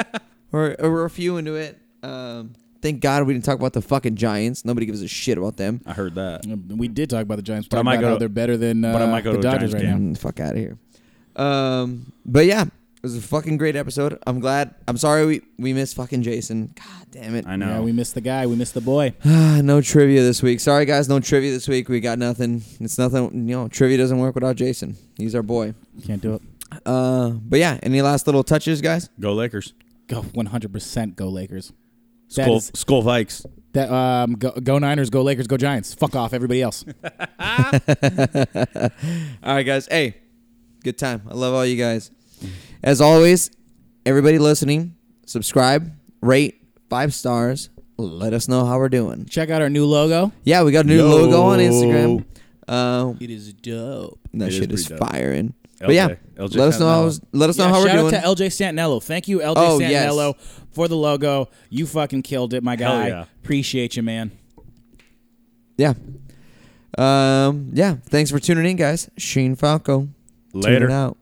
S1: we're we're a few into it. Um, thank God we didn't talk about the fucking Giants. Nobody gives a shit about them.
S3: I heard that.
S2: we did talk about the Giants.
S3: I
S2: But
S3: might
S2: about
S3: go
S2: how
S3: to-
S2: they're better than uh,
S3: but I might go
S2: the
S3: to a
S2: Dodgers
S3: Giants
S2: right
S3: game.
S2: now.
S1: Mm, fuck out of here. Um, but yeah, it was a fucking great episode. I'm glad. I'm sorry we we missed fucking Jason. God damn it.
S3: I know.
S2: Yeah, we missed the guy. We missed the boy.
S1: Ah, no trivia this week. Sorry guys, no trivia this week. We got nothing. It's nothing. You know, trivia doesn't work without Jason. He's our boy.
S2: Can't do it.
S1: Uh, but yeah, any last little touches, guys?
S3: Go Lakers.
S2: Go 100. percent Go Lakers. That
S3: Skull,
S2: is-
S3: Skull Vikes.
S2: That um. Go, go Niners. Go Lakers. Go Giants. Fuck off. Everybody else.
S1: All right, guys. Hey, good time. I love all you guys. As always, everybody listening, subscribe, rate five stars. Let us know how we're doing.
S2: Check out our new logo.
S1: Yeah, we got a new
S3: Yo.
S1: logo on Instagram. Uh,
S2: It is dope.
S1: that
S3: It is
S1: shit is,
S3: pretty dope.
S1: firing. But
S3: LJ.
S1: yeah,
S3: LJ
S1: let us know. How, let us know
S2: Yeah,
S1: how we're
S2: shout
S1: doing.
S2: out to LJ Santinello. Thank you, LJ
S1: Oh, yes.
S2: Santinello, for the logo. You fucking killed it, my
S3: Hell
S2: guy.
S3: yeah.
S2: Appreciate you, man.
S1: yeah. Um. Yeah. Thanks for tuning in, guys. Shane Falco. Tuning
S3: Later.
S1: out.